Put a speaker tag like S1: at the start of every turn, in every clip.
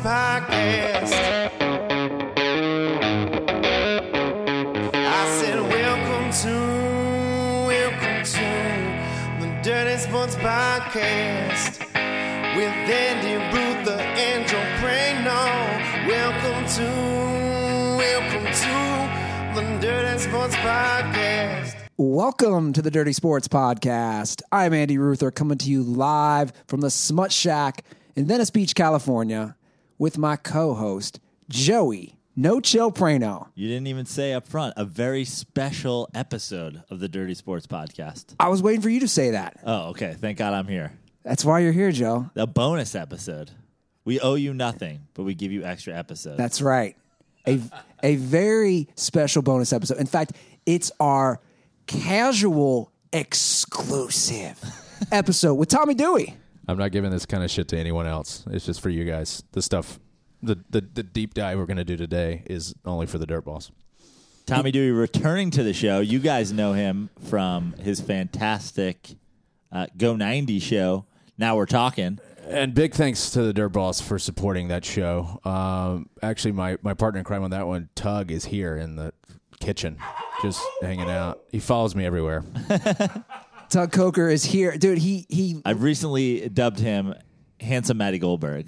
S1: podcast. I said, Welcome to, welcome to the Dirty Sports Podcast with Andy Ruther and Joe Prano. Welcome to, welcome to the Dirty Sports Podcast.
S2: Welcome to the Dirty Sports Podcast. I'm Andy Ruther coming to you live from the Smut Shack in Venice Beach, California, with my co host, Joey No Chill Prano.
S3: You didn't even say up front a very special episode of the Dirty Sports Podcast.
S2: I was waiting for you to say that.
S3: Oh, okay. Thank God I'm here.
S2: That's why you're here, Joe.
S3: A bonus episode. We owe you nothing, but we give you extra episodes.
S2: That's right. A, a very special bonus episode. In fact, it's our casual exclusive episode with Tommy Dewey.
S4: I'm not giving this kind of shit to anyone else. It's just for you guys. The stuff, the the, the deep dive we're gonna do today is only for the dirt balls.
S3: Tommy Dewey returning to the show. You guys know him from his fantastic uh, Go 90 show. Now we're talking.
S4: And big thanks to the dirt balls for supporting that show. Um, actually, my my partner in crime on that one, Tug, is here in the kitchen, just hanging out. He follows me everywhere.
S2: Tug Coker is here. Dude, he, he
S3: I've recently dubbed him Handsome Matty Goldberg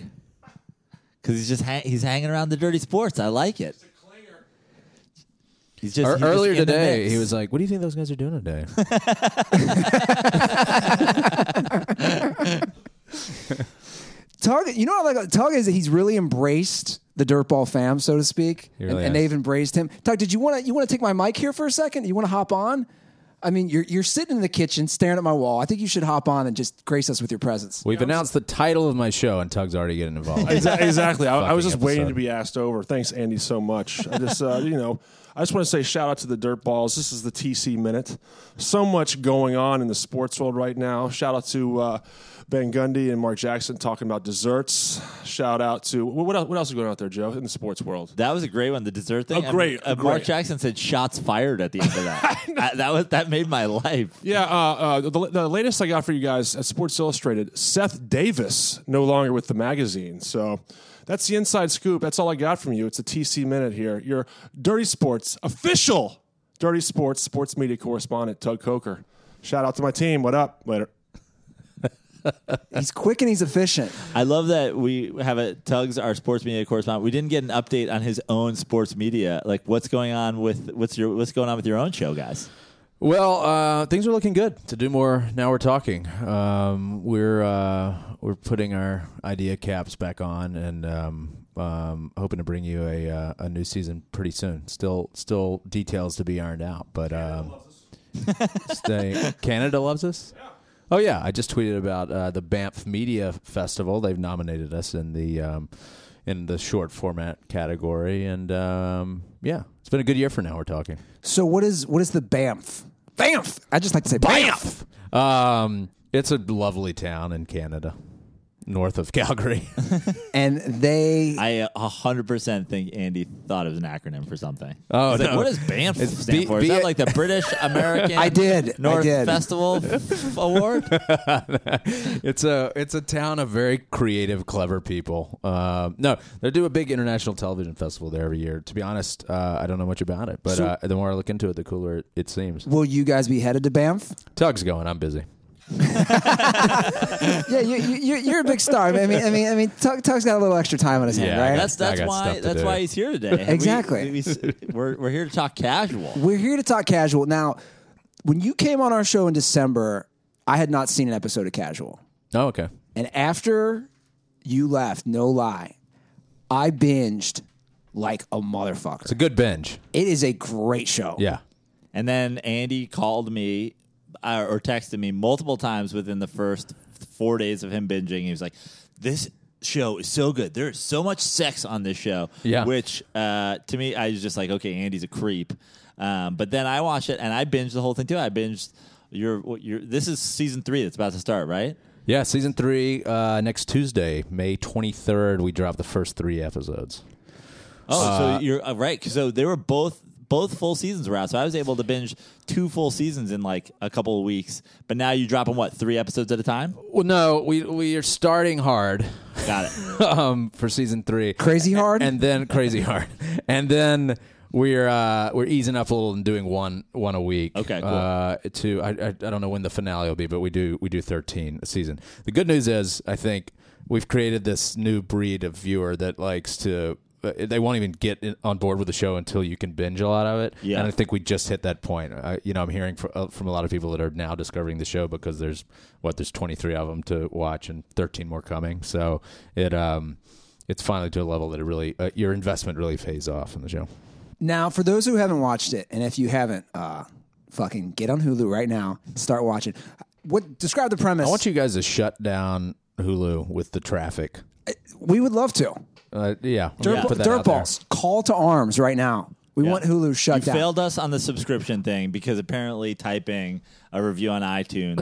S3: because he's just ha- he's hanging around the dirty sports. I like it. He's just
S4: Or
S3: he's just
S4: earlier
S3: in the
S4: today,
S3: mix.
S4: he was like, "What do you think those guys are doing today?"
S2: Tug, you know what I like? Tug is that he's really embraced the Dirtball fam, so to speak,
S4: He really
S2: and, and
S4: has.
S2: they've embraced him. Tug, did you want to you want to take my mic here for a second? You want to hop on? I mean, you're you're sitting in the kitchen staring at my wall. I think you should hop on and just grace us with your presence.
S4: We've announced the title of my show, and Tug's already getting involved.
S5: Exa- exactly. I, I was just
S4: Fucking
S5: waiting
S4: episode.
S5: to be asked over. Thanks, Andy, so much. I just, uh, you know, I just want to say shout out to the Dirt Balls. This is the TC Minute. So much going on in the sports world right now. Shout out to uh, Ben Gundy and Mark Jackson talking about desserts. Shout out to wh- what else, what else is going on out there, Joe, in the sports world?
S3: That was a great one. The dessert thing.
S5: Oh, great,
S3: Uh,
S5: great.
S3: Mark Jackson said "shots fired" at the end of that. Uh, that was that made my life.
S5: Yeah, uh, uh, the, the latest I got for you guys at Sports Illustrated, Seth Davis no longer with the magazine. So that's the inside scoop. That's all I got from you. It's a TC minute here. Your Dirty Sports official Dirty Sports sports media correspondent Tug Coker. Shout out to my team. What up? Later.
S2: He's quick and he's efficient.
S3: I love that we have a Tugs, our sports media correspondent. We didn't get an update on his own sports media. Like what's going on with what's your what's going on with your own show, guys?
S4: Well, uh, things are looking good. To do more, now we're talking. Um, we're uh, we're putting our idea caps back on, and um, um, hoping to bring you a uh, a new season pretty soon. Still, still details to be ironed out, but um, stay, Canada loves us. Oh yeah, I just tweeted about uh, the Banff Media Festival. They've nominated us in the um, in the short format category, and um, yeah, it's been a good year for now. We're talking.
S2: So what is what is the Banff? Banff. I just like to say Banff.
S4: Um, it's a lovely town in Canada, north of Calgary.
S2: And they
S3: I uh, a hundred percent think Andy thought it was an acronym for something.
S4: Oh,
S3: He's like,
S4: no.
S3: what does BAMF
S4: It's
S3: stand
S4: B-
S3: for? Is
S4: B-
S3: that like the British American?
S2: I did. I
S3: North
S2: did.
S3: Festival f- Award.
S4: it's a it's a town of very creative, clever people. Um, no, they do a big international television festival there every year. To be honest, uh, I don't know much about it, but uh, the more I look into it, the cooler it, it seems.
S2: will you guys be headed to Banff?
S4: Tug's going. I'm busy.
S2: Yeah, you, you, you're- you're a big star. I mean, I mean, I mean, Tug, Tug's got a little extra time on his hand,
S4: Yeah, I
S2: right?
S4: got
S3: That's that's
S4: I got stuff
S3: why
S4: to
S3: that's
S4: do.
S3: why he's here today. We-
S2: Exactly.
S3: we s- we're we're here to talk casual.
S2: We're here to talk casual. Now, when you came on our show in December, I had not seen an episode of Casual.
S4: Oh, okay.
S2: And after you left, no lie, I binged like a motherfucker.
S4: It's a good binge.
S2: It is a great show.
S4: Yeah.
S3: And then Andy called me uh, or texted me multiple times within the first four days of him binging. He was like, "This show is so good. There is so much sex on this show."
S4: Yeah.
S3: Which uh, to me, I was just like, "Okay, Andy's a creep." Um, but then I watched it and I binged the whole thing too. I binged your your. This is season three that's about to start, right?
S4: Yeah, season three uh, next Tuesday, May twenty third. We drop the first three episodes.
S3: Oh, so you're uh, right. So they were both both full seasons were out. So I was able to binge two full seasons in like a couple of weeks. But now you're dropping what three episodes at a time?
S4: Well, no, we we are starting hard.
S3: Got it.
S4: um, for season three.
S2: Crazy hard?
S4: and then crazy hard, and then we're uh, we're easing up a little and doing one one a week.
S3: Okay, cool.
S4: Uh, to I, I I don't know when the finale will be, but we do we do thirteen a season. The good news is I think we've created this new breed of viewer that likes to. uh, They won't even get in, on board with the show until you can binge a lot of it.
S3: Yeah.
S4: And I think we just hit that point. I, you know, I'm hearing fr- uh, from a lot of people that are now discovering the show because there's what there's 23 of them to watch and 13 more coming. So it um, it's finally to a level that it really uh, your investment really pays off in the show.
S2: Now, for those who haven't watched it, and if you haven't, uh, fucking get on Hulu right now. Start watching. What describe the premise?
S4: I want you guys to shut down Hulu with the traffic.
S2: we would love to.
S4: Uh, yeah,
S2: Dirt,
S4: Put that out there.
S2: balls, call to arms right now. We want Hulu shut
S3: you
S2: down.
S3: failed us on the subscription thing because apparently typing a review on iTunes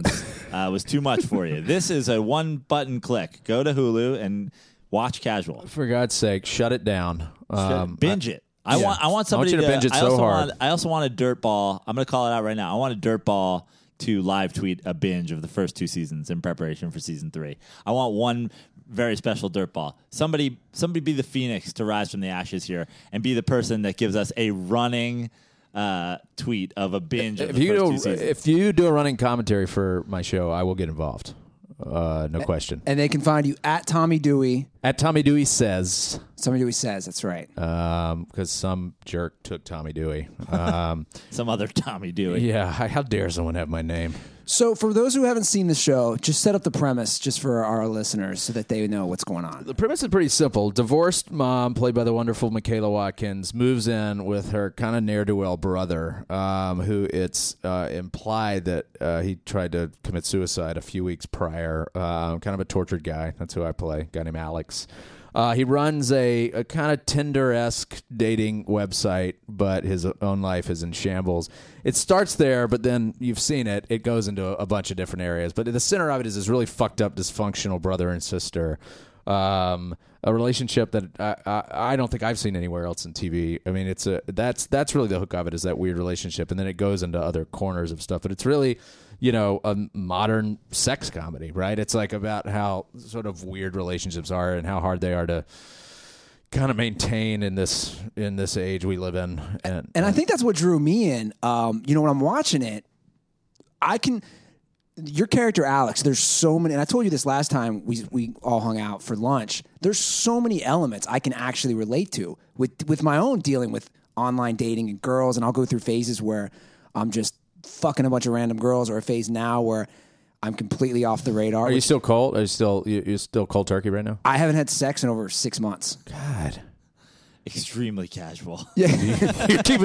S3: uh, was too much for you. This is a one button click. Go to Hulu and watch casual.
S4: For God's sake, shut it down. Um,
S3: binge it. I
S4: yeah.
S3: want I
S4: I want
S3: want somebody
S4: you to binge it
S3: I
S4: so
S3: also
S4: hard.
S3: want I also want a dirt ball. I'm going to call it out right now. I want a dirt ball to live tweet a binge of the first two seasons in preparation for season 3. I want one very special dirt ball. Somebody somebody be the phoenix to rise from the ashes here and be the person that gives us a running uh, tweet of a binge of
S4: if
S3: the
S4: you
S3: first
S4: do,
S3: two seasons.
S4: if you do a running commentary for my show, I will get involved. Uh, no question.
S2: and they can find you at Tommy Dewey.
S4: At Tommy Dewey says.
S2: Tommy Dewey says that's right.
S4: because some jerk took Tommy Dewey. Um,
S3: some other Tommy Dewey.
S4: yeah, I- how dare someone have my name?
S2: so, for those who haven't seen the show, just set up the premise just for our listeners so that they know what's going on.
S4: The premise is pretty simple. Divorced mom, played by the wonderful Michaela Watkins, moves in with her kind of ne'er do well brother, um, who it's uh, implied that uh, he tried to commit suicide a few weeks prior. Um, kind of a tortured guy. That's who I play. Guy named Alex. Uh, he runs a, a kind of Tinder esque dating website, but his own life is in shambles. It starts there, but then you've seen it. It goes into a, a bunch of different areas. But at the center of it is this really fucked up, dysfunctional brother and sister. Um, a relationship that I, I, I don't think I've seen anywhere else in TV. I mean, it's a that's that's really the hook of it is that weird relationship, and then it goes into other corners of stuff. But it's really, you know, a modern sex comedy, right? It's like about how sort of weird relationships are and how hard they are to kind of maintain in this in this age we live in. And,
S2: And I think that's what drew me in. Um, you know, when I'm watching it, I can your character Alex. There's so many, and I told you this last time we we all hung out for lunch. There's so many elements I can actually relate to with with my own dealing with online dating and girls, and I'll go through phases where I'm just fucking a bunch of random girls, or a phase now where I'm completely off the radar.
S4: are you
S2: which-
S4: still cold? Are you still you, you're still cold turkey right now?
S2: I haven't had sex in over six months.
S4: God,
S3: Extremely casual.
S4: you're keeping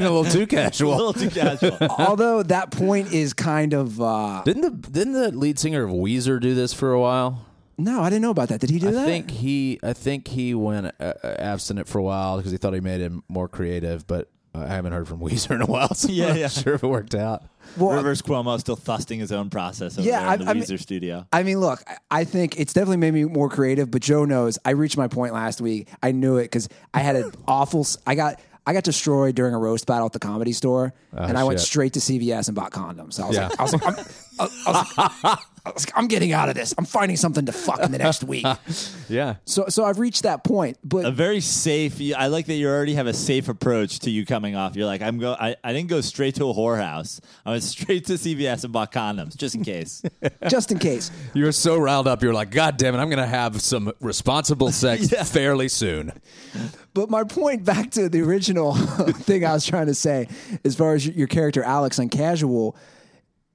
S4: it a little too
S3: a
S4: casual.
S3: little too casual.
S2: Although that point is kind of uh,
S4: Didn't the didn't the lead singer of Weezer do this for a while?
S2: no, I didn't know about that. Did he do
S4: I
S2: that?
S4: think he I think he went uh, uh, abstinent for a while because he thought he made him more creative, but uh, I haven't heard from Weezer in a while, so
S3: Yeah,
S4: I'm not
S3: yeah.
S4: sure if it worked out.
S2: Well,
S3: Rivers Cuomo still thusting his own process over
S2: Yeah,
S3: there in the
S2: I- I mean-
S3: Weezer studio.
S2: I mean, look, I- I think it's definitely made me more creative, but Joe knows I reached my point last week. I knew it because I had an awful, s- I got, I got destroyed during a roast battle at the comedy store and I went
S4: Oh, shit.
S2: straight to CVS and bought condoms. So I was like, I was like, I'm, I was like, I was like, I'm getting out of this. I'm finding something to fuck in the next week.
S4: Yeah.
S2: So, so I've reached that point, but
S3: a very safe. I like that you already have a safe approach to you coming off. You're like, I'm go. I, I didn't go straight to a whorehouse. I went straight to CVS and bought condoms just in case.
S2: just in case,
S4: You were so riled up, you were like, God damn it, I'm gonna have some responsible sex fairly soon.
S2: But my point back to the original thing I was trying to say, as far as your- your character Alex on Casual,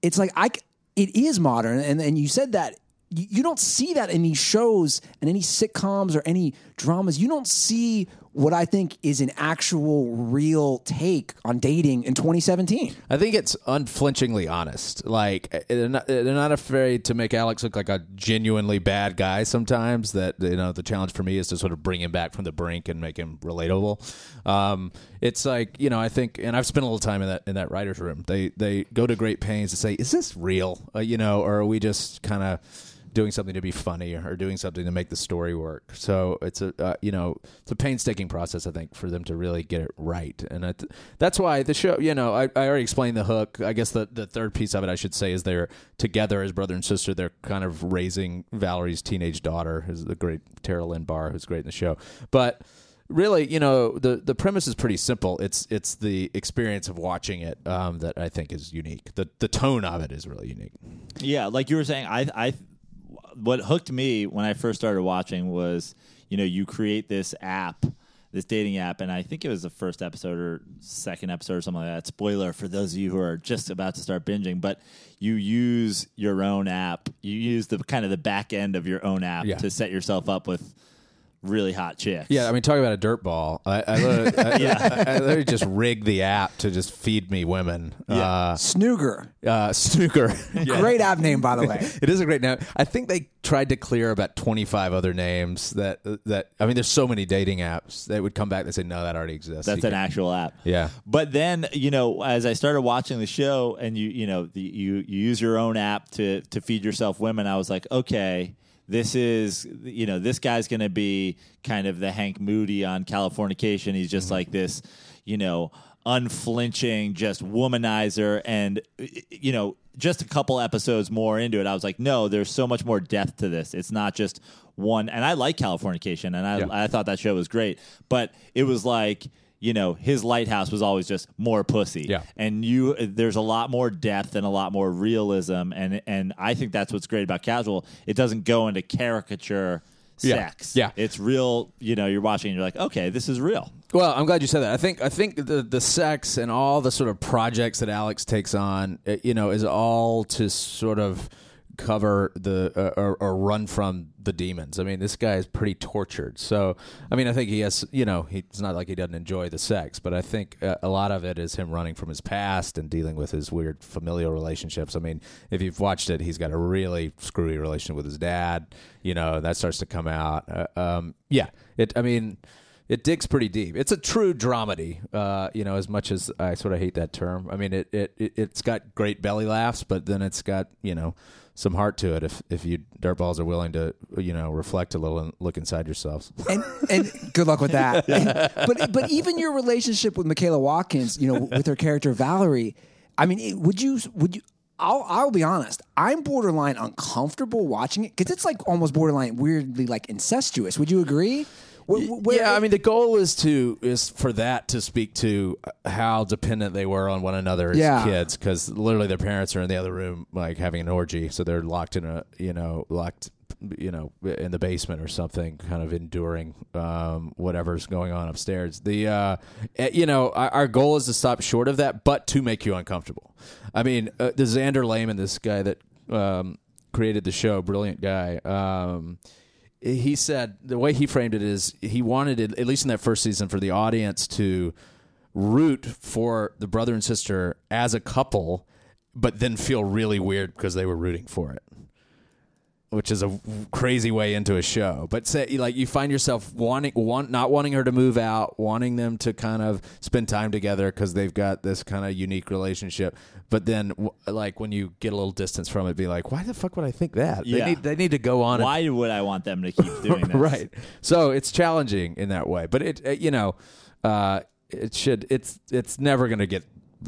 S2: it's like I, c- it is modern, and and you said that you, you don't see that in these shows and any sitcoms or any dramas. You don't see what I think is an actual real take on dating in 2017.
S4: I think it's unflinchingly honest. Like eh, they're not, they're not afraid to make Alex look like a genuinely bad guy. Sometimes that you know the challenge for me is to sort of bring him back from the brink and make him relatable. Um, it's like you know I think, and I've spent a little time in that in that writers' room. They they go to great pains to say, is this real? Uh, you know, or are we just kind of doing something to be funny or doing something to make the story work. So it's a uh, you know it's a painstaking process I think for them to really get it right, and I th- that's why the show. You know, I, I already explained the hook. I guess the the third piece of it I should say is they're together as brother and sister. They're kind of raising Valerie's teenage daughter, who's the great Tara Lynn Barr, who's great in the show, but really, you know, the the premise is pretty simple. It's it's the experience of watching it um, that I think is unique. The the tone of it is really unique.
S3: Yeah, like you were saying, I, I, what hooked me when I first started watching was, you know, you create this app, this dating app, and I think it was the first episode or second episode or something like that. Spoiler for those of you who are just about to start binging, but you use your own app, you use the kind of the back end of your own app
S4: Yeah.
S3: to set yourself up with really hot chicks.
S4: Yeah, I mean, talk about a dirt ball. I, I, literally- I, I, I literally just rigged the app to just feed me women.
S3: Yeah.
S2: Snooger.
S4: Uh, uh, snooker.
S2: Great app name, by the way.
S4: It is a great name. I think they tried to clear about twenty five other names that that I mean, there's so many dating apps that would come back and say, no, that already exists.
S3: That's
S4: You
S3: an actual app.
S4: Yeah.
S3: But then, you know, as I started watching the show and you, you know, the, you, you use your own app to, to feed yourself women, I was like, okay, this is, you know, this guy's going to be kind of the Hank Moody on Californication. He's just like this, you know, unflinching, just womanizer. And, you know, just a couple episodes more into it, I was like, no, there's so much more depth to this. It's not just one. And I like Californication, and I, I thought that show was great, but it was like, you know, his lighthouse was always just more pussy.
S4: Yeah.
S3: And you, there's a lot more depth and a lot more realism, and and I think that's what's great about Casual. It doesn't go into caricature.
S4: Yeah.
S3: Sex.
S4: Yeah.
S3: It's real. You know, you're watching and you're like, okay, this is real.
S4: Well, I'm glad you said that. I think I think the the sex and all the sort of projects that Alex takes on, uh, you know, is all to sort of cover the uh, or, or run from the demons. I mean, this guy is pretty tortured. So, I mean, I think he has, you know, he, it's not like he doesn't enjoy the sex, but I think uh, a lot of it is him running from his past and dealing with his weird familial relationships. I mean, if you've watched it, he's got a really screwy relationship with his dad. You know, that starts to come out. Uh, um, yeah, it. I mean it digs pretty deep. It's a true dramedy, uh, you know, as much as I sort of hate that term. I mean, it, it, it, it's got great belly laughs, but then it's got, you know, some heart to it if, if you dirtballs are willing to, you know, reflect a little and look inside yourselves.
S2: and and good luck with that. And- but but even your relationship with Michaela Watkins, you know, with her character Valerie, I mean, it- would you would you? I'll I'll be honest. I'm borderline uncomfortable watching it because it's like almost borderline weirdly like incestuous. Would you agree? Wh- wh- where-
S4: yeah, I mean, the goal is to is for that to speak to how dependent they were on one another as
S2: Yeah.
S4: kids, because literally their parents are in the other room, like having an orgy, so they're locked in a you know locked you know in the basement or something, kind of enduring um, whatever's going on upstairs. The uh, eh, you know our, our goal is to stop short of that, but to make you uncomfortable. I mean, uh, the Xander Lehman, this guy that um, created the show, brilliant guy. Um, he said the way he framed it is he wanted it, at least in that first season for the audience to root for the brother and sister as a couple but then feel really weird because they were rooting for it which is a w- crazy way into a show. But say like you find yourself wanting want not wanting her to move out, wanting them to kind of spend time together because they've got this kind of unique relationship. But then w- like when you get a little distance from it, be like, why the fuck would I think that?
S3: Yeah.
S4: They need they need to go on. and
S3: Why would I want them to keep doing this?
S4: right. So it's challenging in that way, but it, uh, you know, uh, it should. It's it's never going to get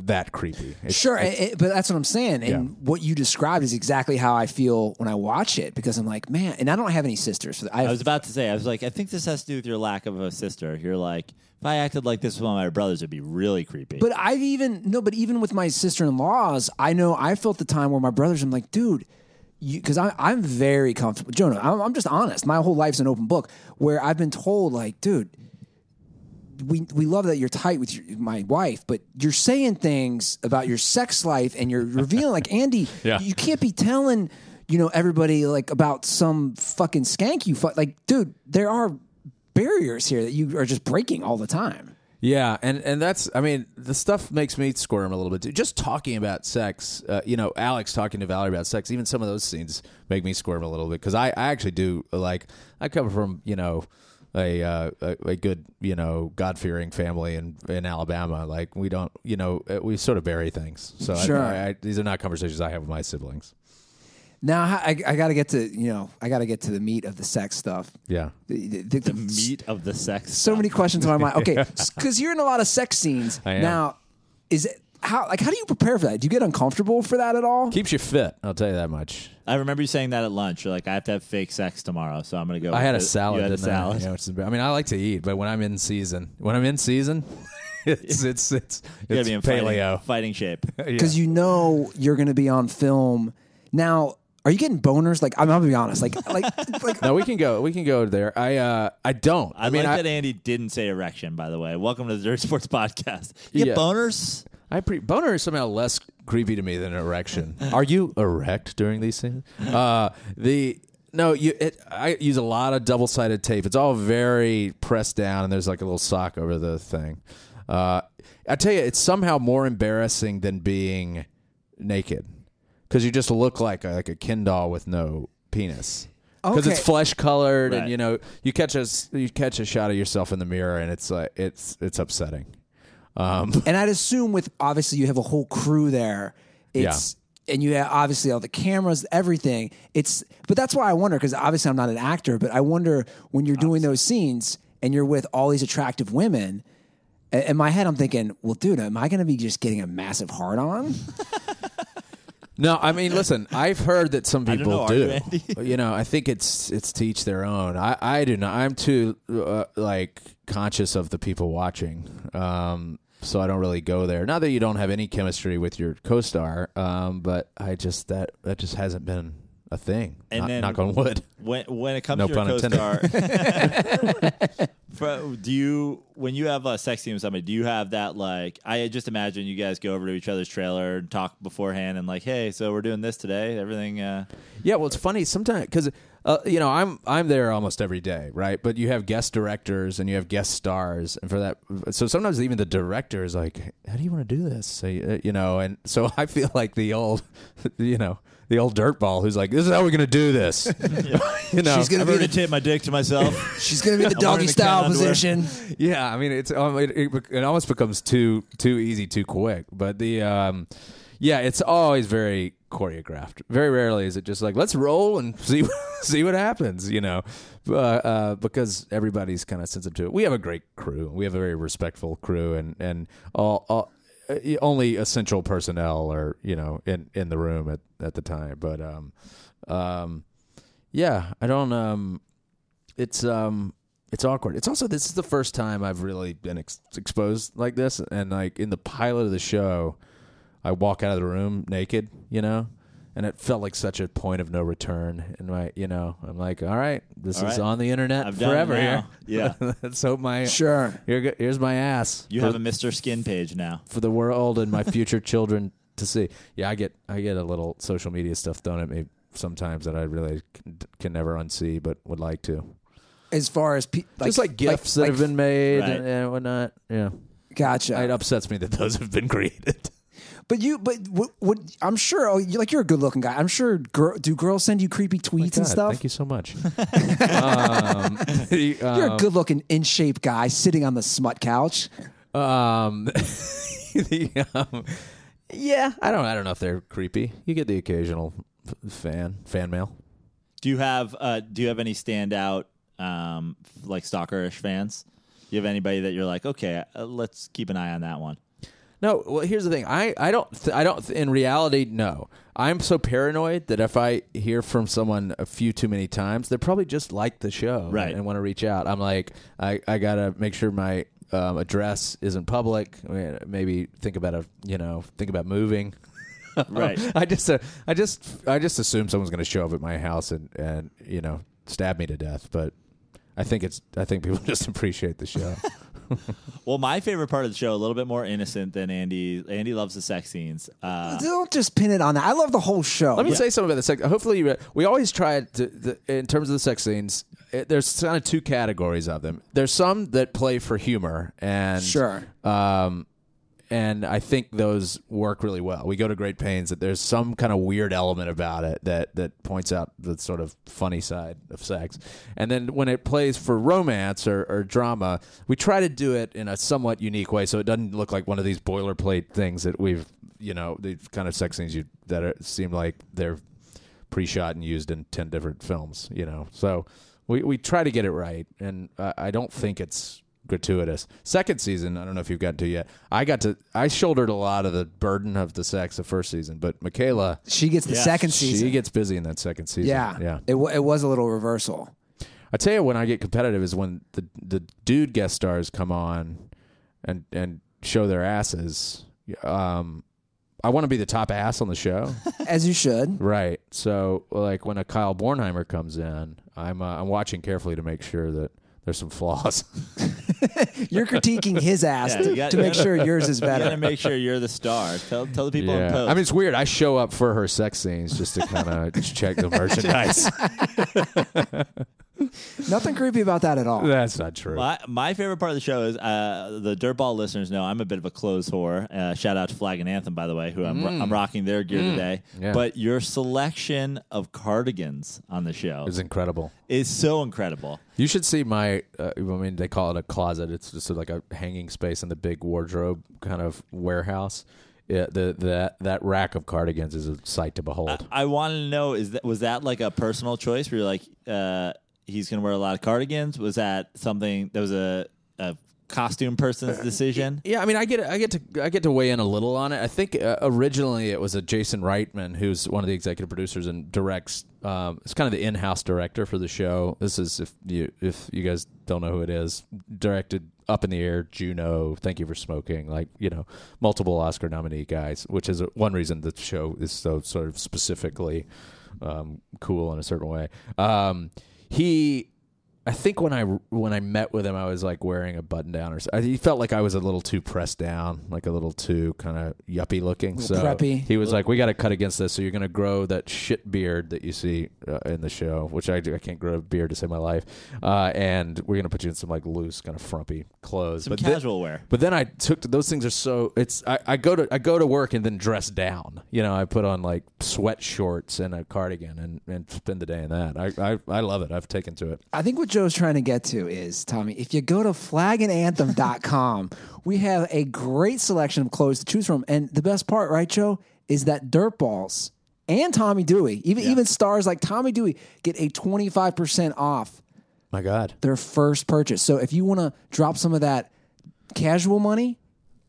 S4: that creepy. It's-
S2: Sure, it- it- but that's what I'm saying. And
S4: Yeah.
S2: what you described is exactly how I feel when I watch it because I'm like, man, and I don't have any sisters. So I,
S3: I
S2: have,
S3: was about to say, I was like, I think this has to do with your lack of a sister. You're like, if I acted like this with one of my brothers, it'd be really creepy.
S2: But I've even no, but even with my sister in laws, I know I felt the time where my brothers. I'm like, dude, because I'm I'm very comfortable. Jonah, I'm, I'm just honest. My whole life's an open book where I've been told like, dude, we we love that you're tight with your, my wife, but you're saying things about your sex life and you're revealing like Andy,
S4: Yeah.
S2: you can't be telling you know everybody like about some fucking skank you fuck like, dude, there are barriers here that you are just breaking all the time.
S4: Yeah, and and that's I mean the stuff makes me squirm a little bit too. Just talking about sex, uh, you know, Alex talking to Valerie about sex, even some of those scenes make me squirm a little bit because I, I actually do like I come from you know a uh, a, a good you know God fearing family in in Alabama. Like we don't you know uh, we sort of bury things. So I-
S2: Sure.
S4: I, I, these are not conversations I have with my siblings.
S2: Now I, I got to get to you know I got to get to the meat of the sex stuff.
S4: Yeah.
S2: The, the- the-
S3: The meat of the sex.
S2: So many questions in my mind. Okay, because you're in a lot of sex scenes
S4: I am.
S2: now. Is it how like how do you prepare for that? Do you get uncomfortable for that at all?
S4: Keeps you fit. I'll tell you that much.
S3: I remember you saying that at lunch. You're like, I have to have fake sex tomorrow, so I'm gonna go.
S4: I
S3: with
S4: had a
S3: it."
S4: salad.
S3: You had a
S4: didn't I?
S3: salad.
S4: Yeah, which is- I mean, I like to eat, but when I'm in season, when I'm in season, it's it's it's,
S3: You gotta
S4: it's
S3: be in
S4: paleo.
S3: Fighting, fighting shape.
S2: Because you know you're going to be on film. Now, are you getting boners? Like I'm, I'm gonna be honest. Like like like
S4: No, we can go. We can go there. I uh, I don't.
S3: I,
S4: I, mean,
S3: like
S4: I,
S3: that Andy didn't say erection. By the way, welcome to the Dirt Sports Podcast. You get
S4: Yeah.
S3: boners?
S4: I pre- boner is somehow less creepy to me than an erection. Are you erect during these things? Uh, the no, you. It, I use a lot of double sided tape. It's all very pressed down, and there's like a little sock over the thing. Uh, I tell you, it's somehow more embarrassing than being naked because you just look like a, like a Ken doll with no penis. Because it's
S2: Okay.
S4: flesh colored,
S3: Right.
S4: and you know you catch a s- you catch a shot of yourself in the mirror, and it's like it's it's upsetting.
S2: and I'd assume with obviously you have a whole crew there. It's and you have obviously all the cameras, everything. It's but that's why I wonder because obviously I'm not an actor, but I wonder when you're doing those scenes and you're with all these attractive women. a- In my head, I'm thinking, well, dude, am I going to be just getting a massive hard on?
S4: No, I mean, listen. I've heard that some
S3: don't
S4: people
S3: know. Are you, Andy?
S4: do. You know, I think it's it's to each their own. I I do not. I'm too uh, like conscious of the people watching, um, so I don't really go there. Not that you don't have any chemistry with your co-star, um, but I just that that just hasn't been a thing.
S3: And
S4: Knock-
S3: then-
S4: knock on wood.
S3: When when it comes
S4: No
S3: to your
S4: pun
S3: co-star, Fro- do you when you have a sex scene with somebody, do you have that like? I just imagine you guys go over to each other's trailer and talk beforehand and like, hey, so we're doing this today. Everything. Uh,
S4: Yeah, well, it's funny sometimes because uh, you know I'm I'm there almost every day, right? But you have guest directors and you have guest stars, and for that, so sometimes even the director is like, "How do you want to do this?" So uh, you know, and so I feel like the old, you know, the old dirtball who's like, "This is how we're gonna do this," you know.
S2: She's gonna
S3: I've
S2: be
S3: already
S2: the,
S3: taped my dick to myself.
S2: she's gonna be the
S3: I'm wearing
S2: doggy
S3: the
S2: style
S3: cat underwear.
S2: position.
S4: yeah, I mean, it's um, it, it, bec- it almost becomes too too easy, too quick. But the um, yeah, it's always very choreographed. Very rarely is it just like let's roll and see see what happens, you know, uh, uh, because everybody's kind of sensitive to it. We have a great crew. We have a very respectful crew, and and all. all uh, only essential personnel are you know in in the room at at the time but um um yeah i don't um it's um it's awkward. It's also this is the first time I've really been ex- exposed like this, and like in the pilot of the show, I walk out of the room naked, you know, and it felt like such a point of no return. And my, you know, I'm like, all right, this
S3: All
S4: is
S3: right.
S4: on the internet
S3: I've done it
S4: forever.
S3: now.
S4: Here.
S3: Yeah.
S4: let's hope my
S2: Sure.
S4: Here, go- here's my ass
S3: You
S4: for,
S3: have a Mr. Skin page now.
S4: for the world and my future children to see. Yeah, I get I get a little social media stuff thrown at me sometimes that I really can, can never unsee, but would like to.
S2: As far as pe- like,
S4: just like gifts that have been made
S3: Right.
S4: and, and whatnot. Yeah,
S2: gotcha.
S4: it upsets me that those have been created.
S2: But you, but what, what I'm sure, oh, you like you're a good looking guy. I'm sure. Girl, do girls send you creepy tweets and
S4: God,
S2: stuff?
S4: Thank you so much. um, the, um,
S2: You're a good looking, in shape guy sitting on the smut couch.
S4: um, the, um, yeah, I don't. I don't know if they're creepy. You get the occasional f- fan fan mail.
S3: Do you have uh, Do you have any standout um, f- like stalkerish fans? Do you have anybody that you're like, okay, uh, let's keep an eye on that one.
S4: No, well, here's the thing. I, I don't th- I don't th- in reality no. I'm so paranoid that if I hear from someone a few too many times, they're probably just like the show
S3: Right.
S4: and want to reach out. I'm like I, I gotta make sure my um, address isn't public. I mean, maybe think about a you know think about moving.
S3: Right.
S4: I just uh, I just I just assume someone's gonna show up at my house and and you know stab me to death. But I think it's I think people just appreciate the show.
S3: Well, my favorite part of the show, a little bit more innocent than Andy. Andy loves the sex scenes. Uh,
S2: Don't just pin it on that. I love the whole show.
S4: Let me say something about the sex. Hopefully, you re- we always try to, the, in terms of the sex scenes. It, there's kind of two categories of them. There's some that play for humor and
S2: Sure.
S4: um, and I think those work really well. We go to great pains that there's some kind of weird element about it that that points out the sort of funny side of sex. And then when it plays for romance or, or drama, we try to do it in a somewhat unique way, so it doesn't look like one of these boilerplate things that we've you know the kind of sex scenes you that are, seem like they're pre-shot and used in ten different films. You know, so we we try to get it right, and uh, I don't think it's gratuitous. Second season, I don't know if you've gotten to yet. I got to I shouldered a lot of the burden of the sex the first season, but Michaela
S2: She gets the
S3: Yeah,
S2: second season.
S4: she gets busy in that second season.
S2: yeah,
S4: yeah.
S2: It, w- it was a little reversal.
S4: I tell you when I get competitive is when the the dude guest stars come on and and show their asses. Um, I want to be the top ass on the show,
S2: As you should.
S4: right? So like when a Kyle Bornheimer comes in, I'm uh, I'm watching carefully to make sure that there's some flaws.
S2: You're critiquing his ass
S3: Yeah,
S2: to,
S3: you got-
S2: to
S3: you
S2: make
S3: gotta-
S2: sure yours is
S3: You gotta
S2: better.
S3: make sure you're the star. Tell tell the people in post.
S4: I mean it's weird. I show up for her sex scenes just to kind of check the merchandise.
S2: Nothing creepy about that at all.
S4: That's not true.
S3: My, my favorite part of the show is uh, the dirtball listeners know I'm a bit of a clothes whore. Uh, shout out to Flag and Anthem, by the way, who I'm, I'm rocking their gear today.
S4: Mm. Yeah.
S3: But your selection of cardigans on the show
S4: It's incredible.
S3: is so incredible.
S4: You should see my. Uh, I mean, they call it a closet. It's just like a hanging space in the big wardrobe kind of warehouse. Yeah, the that that rack of cardigans is a sight to behold.
S3: I want to know is that was that like a personal choice where you're like uh, he's gonna wear a lot of cardigans? Was that something that was a, a costume
S2: Uh,
S3: person's decision?
S4: yeah, I mean, I get I get to I get to weigh in a little on it. I think uh, originally it was a Jason Reitman, who's one of the executive producers and directs. Um, it's kind of the in-house director for the show. This is if you if you guys don't know who it is, directed Up in the Air, Juno, Thank You for Smoking, like you know, multiple Oscar nominee guys, which is one reason the show is so sort of specifically um, cool in a certain way. Um, he I think when I when I met with him, I was like wearing a button down, or so. I- he felt like I was a little too pressed down, like a little too kind of yuppie looking. So
S2: preppy.
S4: he was like, "We got to cut against this. So you're going to grow that shit beard that you see uh, in the show, which I do. I can't grow a beard to save my life. Uh, and we're going to put you in some like loose, kind of frumpy clothes,
S3: Some
S4: But thi-
S3: casual wear.
S4: but then I took to, those things are so it's I, I go to I go to work and then dress down. You know, I put on like sweat shorts and a cardigan and, and spend the day in that. I, I I love it. I've taken to it.
S2: I think what Joe's trying to get to is, Tommy, if you go to flagandanthem.com, we have a great selection of clothes to choose from. And the best part, right, Joe, is that Dirtballs and Tommy Dewey, even even stars like Tommy Dewey, get a 25% off
S4: My God.
S2: their first purchase. So if you want to drop some of that casual money,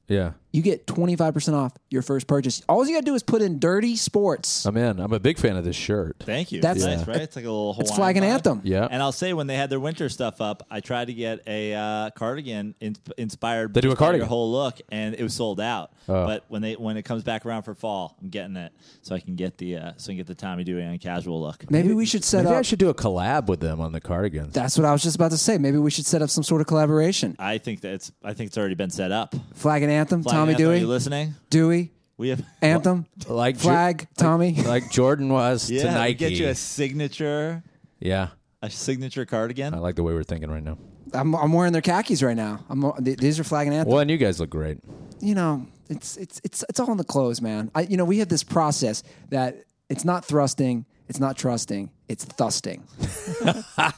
S4: Yeah.
S2: you get 25% off your first purchase. All you got to do is put in dirty sports.
S4: I'm in. I'm a big fan of this shirt.
S3: Thank you.
S2: That's-
S3: That's nice,
S2: Yeah.
S3: right? It's like a little Hawaiian.
S2: It's flag and
S3: vibe.
S2: anthem.
S4: Yeah.
S3: And I'll say when they had their winter stuff up, I tried to get a uh, cardigan in- inspired.
S4: They do a
S3: inspired
S4: cardigan. Oh.
S3: whole look, and it was sold out. But when they when it comes back around for fall, I'm getting it so I can get the uh, so I can get the Tommy Dewey on casual look.
S2: Maybe we should set
S4: Maybe I
S2: up.
S4: should do a collab with them on the cardigans.
S2: That's what I was just about to say. Maybe we should set up some sort of collaboration.
S3: I think that it's I think it's already been set up.
S2: Flag and anthem,
S3: Flag
S2: Tommy
S3: Anthem, are
S2: Dewey,
S3: you listening?
S2: Dewey,
S3: We have
S2: anthem,
S4: Like Ju-
S2: flag, Tommy.
S4: like Jordan was
S3: yeah.
S4: to
S3: we
S4: Nike.
S3: Get you a signature
S4: yeah.
S3: a signature cardigan.
S4: I like the way we're thinking right now.
S2: I'm, I'm wearing their khakis right now. I'm, uh, th- these are flag and anthem.
S4: Well, and you guys look great.
S2: You know, it's it's it's it's all in the clothes, man. I, you know, we have this process that it's not thrusting, it's not trusting, it's thusting.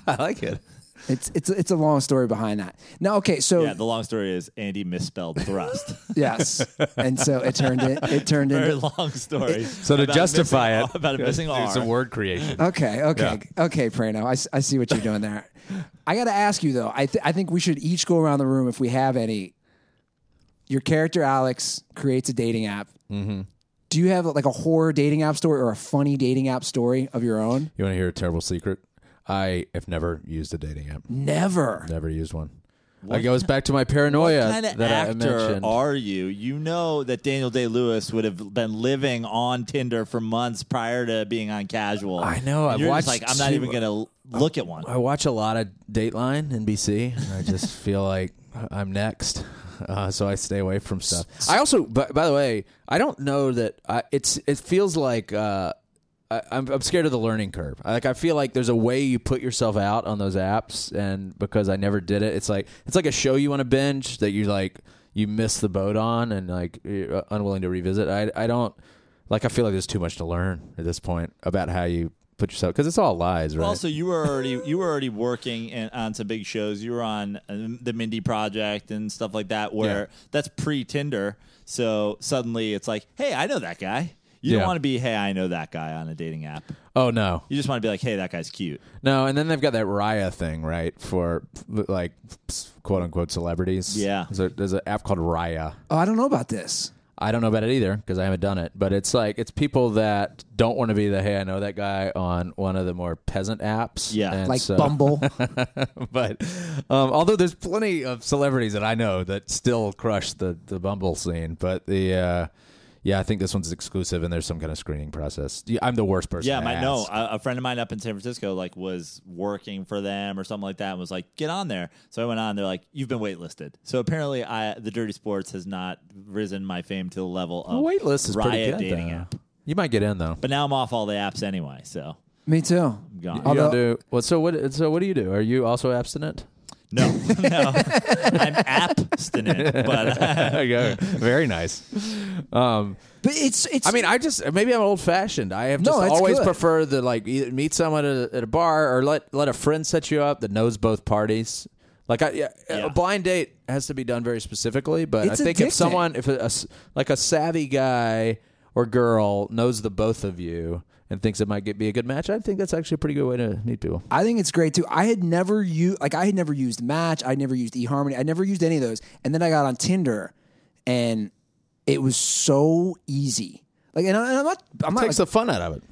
S4: I like it.
S2: It's it's it's a long story behind that. Now, okay, so
S3: yeah. The long story is Andy misspelled thrust.
S2: yes, and so it turned it it turned
S3: Very
S2: into
S3: long story.
S4: So to
S3: About
S4: justify
S3: missing-
S4: it,
S3: about a missing R.
S4: It's a word creation.
S2: Okay, okay, okay, Prano. I, s- I see what you're doing there. I got to ask you though. I th- I think we should each go around the room if we have any. Your character Alex creates a dating app. Mm-hmm. Do you have like a horror dating app story or a funny dating app story of your own?
S4: You want to hear a terrible secret? I have never used a dating app.
S2: Never.
S4: Never used one. I goes back to my paranoia
S3: kind of
S4: that I
S3: actor
S4: mentioned.
S3: are you? You know that Daniel Day Lewis would have been living on Tinder for months prior to being on Casual.
S4: I know,
S3: And
S4: I've
S3: you're just
S4: watched
S3: like I'm not
S4: too-
S3: even gonna l- look at one.
S4: I watch a lot of Dateline NBC, and I just feel like I'm next, uh, so I stay away from stuff. I also, by, by the way, I don't know that I, it's. It feels like uh, I, I'm, I'm scared of the learning curve. Like I feel like there's a way you put yourself out on those apps, and because I never did it, it's like it's like a show you want to binge that you like you miss the boat on, and like you're uh, unwilling to revisit. I I don't like. I feel like there's too much to learn at this point about how you put yourself because it's all lies, right?
S3: Also, you were already you were already working in, on some big shows. You were on um, the Mindy Project and stuff like that, where
S4: Yeah.
S3: that's pre Tinder. So suddenly it's like, hey, I know that guy. You
S4: Yeah.
S3: don't want to be, hey, I know that guy on a dating app.
S4: Oh no,
S3: You just want to be like, hey, that guy's cute.
S4: no. And then they've got that Raya thing, right? For like quote unquote celebrities.
S3: Yeah.
S4: There's, a, there's an app called Raya.
S2: Oh, I don't know about this.
S4: I don't know about it either because I haven't done it. But it's like it's people that don't want to be the hey, I know that guy on one of the more peasant apps.
S3: Yeah.
S4: And
S2: Like
S4: so-
S2: Bumble.
S4: but um, although there's plenty of celebrities that I know that still crush the the Bumble scene, but the uh, yeah, I think this one's exclusive and there's some kind of screening process. Yeah, I'm the worst person.
S3: Yeah,
S4: to
S3: my no,
S4: ask.
S3: a, a friend of mine up in San Francisco like was working for them or something like that, and was like, "Get on there." So I went on. They're like, "You've been waitlisted." So apparently, I the Dirty Sports has not risen my fame to the level
S4: The
S3: of
S4: wait list is pretty
S3: Riot
S4: good.
S3: dating
S4: though.
S3: app.
S4: You might get in though.
S3: But now I'm off all the apps anyway. So
S2: Me too.
S3: gone. You
S4: You
S2: Although,
S4: don't do well. So what? So what do you do? Are you also abstinent?
S3: no, no, I'm abstinent. But
S4: yeah, very nice. Um,
S2: but it's it's.
S4: I mean, I just maybe I'm old fashioned. I have
S2: No,
S4: just
S2: that's
S4: always
S2: good.
S4: prefer the like either meet someone at a, at a bar or let let a friend set you up that knows both parties. Like I, yeah,
S3: Yeah.
S4: a blind date has to be done very specifically, but
S2: It's
S4: I think
S2: addicting.
S4: if someone if a- a s- like a savvy guy or girl knows the both of you and thinks it might get, be a good match, I think that's actually a pretty good way to meet people.
S2: I think it's great too. I had never used like I had never used Match, I never used eHarmony, I never used any of those. And then I got on Tinder, and it was so easy. Like, and, I, am not, I'm not
S4: Takes
S2: like,
S4: the fun out of it.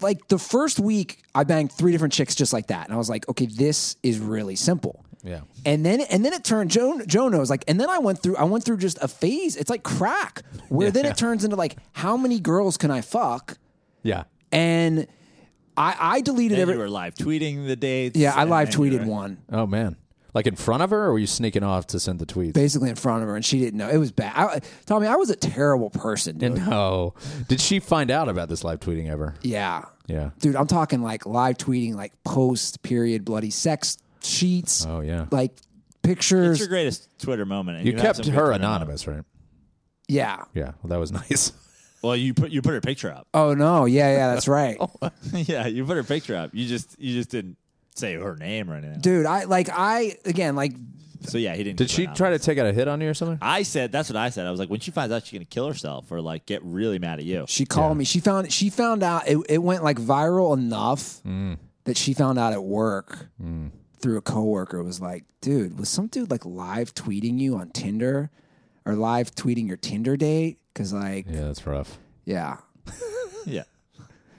S2: like, the first week I banged three different chicks just like that, and I was like, okay, this is really simple.
S4: Yeah.
S2: And then and then it turned Joan Joe knows like and then I went through I went through just a phase. It's like crack where then it turns into like how many girls can I fuck
S4: Yeah.
S2: and. I, I deleted
S3: then
S2: every
S3: you were live tweeting the dates.
S2: yeah I
S3: and
S2: live
S3: then you
S2: tweeted
S3: were-
S2: one
S4: Oh man, like in front of her, or were you sneaking off to send the tweets?
S2: basically in front of her, and she didn't know. It was bad. I, Tommy, I was a terrible person. Dude.
S4: no. Did she find out about this live tweeting ever?
S2: yeah,
S4: Yeah.
S2: dude, I'm talking like live tweeting, like post period bloody sex sheets.
S4: Oh, yeah.
S2: like
S3: It's
S2: pictures.
S3: your greatest Twitter moment. and
S4: You,
S3: have
S4: kept
S3: some good
S4: her
S3: Twitter
S4: anonymous, right?
S2: yeah.
S4: Yeah, well, that was nice.
S3: moments. Well, you put you put her picture up.
S2: Oh no. Yeah, yeah, that's right,
S3: yeah, you put her picture up. You just you just didn't say her name or anything.
S2: dude. I like I again like
S3: So yeah, he didn't.
S4: Did
S3: keep
S4: she
S3: her
S4: try to take out a hit on you or something?
S3: I said that's what I said. I was like, when she finds out, she's gonna kill herself or like get really mad at you.
S2: she called me. She found she found out it, it went like viral enough that she found out at work. Through a coworker was like, dude, was some dude like live tweeting you on Tinder or live tweeting your Tinder date? Cause like,
S4: Yeah, that's rough.
S2: Yeah.
S3: Yeah,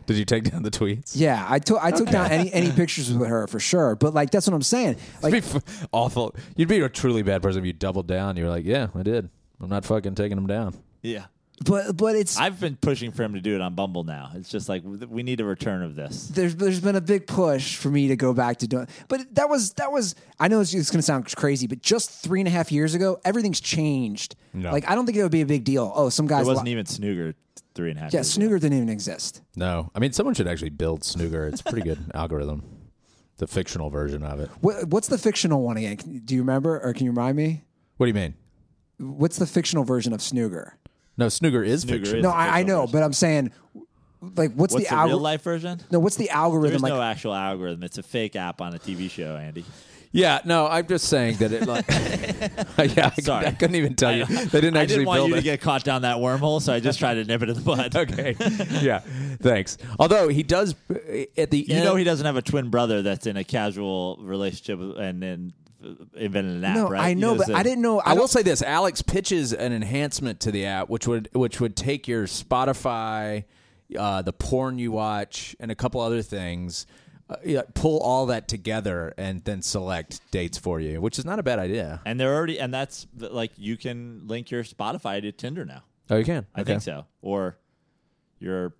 S4: Did you take down the tweets?
S2: Yeah, I took I took down any any pictures with her for sure, but like that's what I'm saying. Like
S4: It'd be f- awful. You'd be a truly bad person if you doubled down. You were like, "Yeah, I did. I'm not fucking taking them down."
S3: yeah.
S2: but but it's
S3: I've been pushing for him to do it on Bumble now. It's just like we need a return of this.
S2: there's there's been a big push for me to go back to doing but that was that was I know it's, it's gonna sound crazy, but just three and a half years ago, everything's changed.
S4: No.
S2: Like I don't think it would be a big deal. Oh, some guys
S3: It wasn't
S2: li-
S3: even Snooger three and a half.
S2: Yeah,
S3: years ago.
S2: Snooger didn't even exist.
S4: No, I mean, someone should actually build Snooger. It's a pretty good algorithm. The fictional version of it.
S2: What, what's the fictional one again? Can- Do you remember or can you remind me?
S4: What do you mean?
S2: What's the fictional version of Snooger?
S4: No, Snooger is
S3: Snooger
S4: fictional.
S3: is-
S2: No,
S3: the
S2: I, I
S3: fictional
S2: know,
S3: version.
S2: but I'm saying like what's,
S3: What's the,
S2: algor-
S3: real life version?
S2: No, what's the algorithm
S3: There's
S2: like
S3: no actual algorithm. It's a fake app on a TV show, Andy.
S4: Yeah, no, I'm just saying that it. Like, yeah, I,
S3: Sorry.
S4: I couldn't even tell you. They didn't actually
S3: I didn't want
S4: build
S3: you
S4: it.
S3: to get caught down that wormhole, so I just tried to nip it in the bud.
S4: okay. Yeah. Thanks. Although he does eh, at the
S3: You
S4: end.
S3: know he doesn't have a twin brother that's in a casual relationship and then invented an app,
S2: No,
S3: right?
S2: I
S3: You
S2: know, but
S3: so-
S2: I didn't know.
S4: I will
S2: don't-
S4: say this: Alex pitches an enhancement to the app, which would which would take your Spotify, uh, the porn you watch, and a couple other things, uh, yeah, pull all that together, and then select dates for you, which is not a bad idea.
S3: And they're already, and that's like you can link your Spotify to Tinder now.
S4: Oh, you can.
S3: I think so. Or your,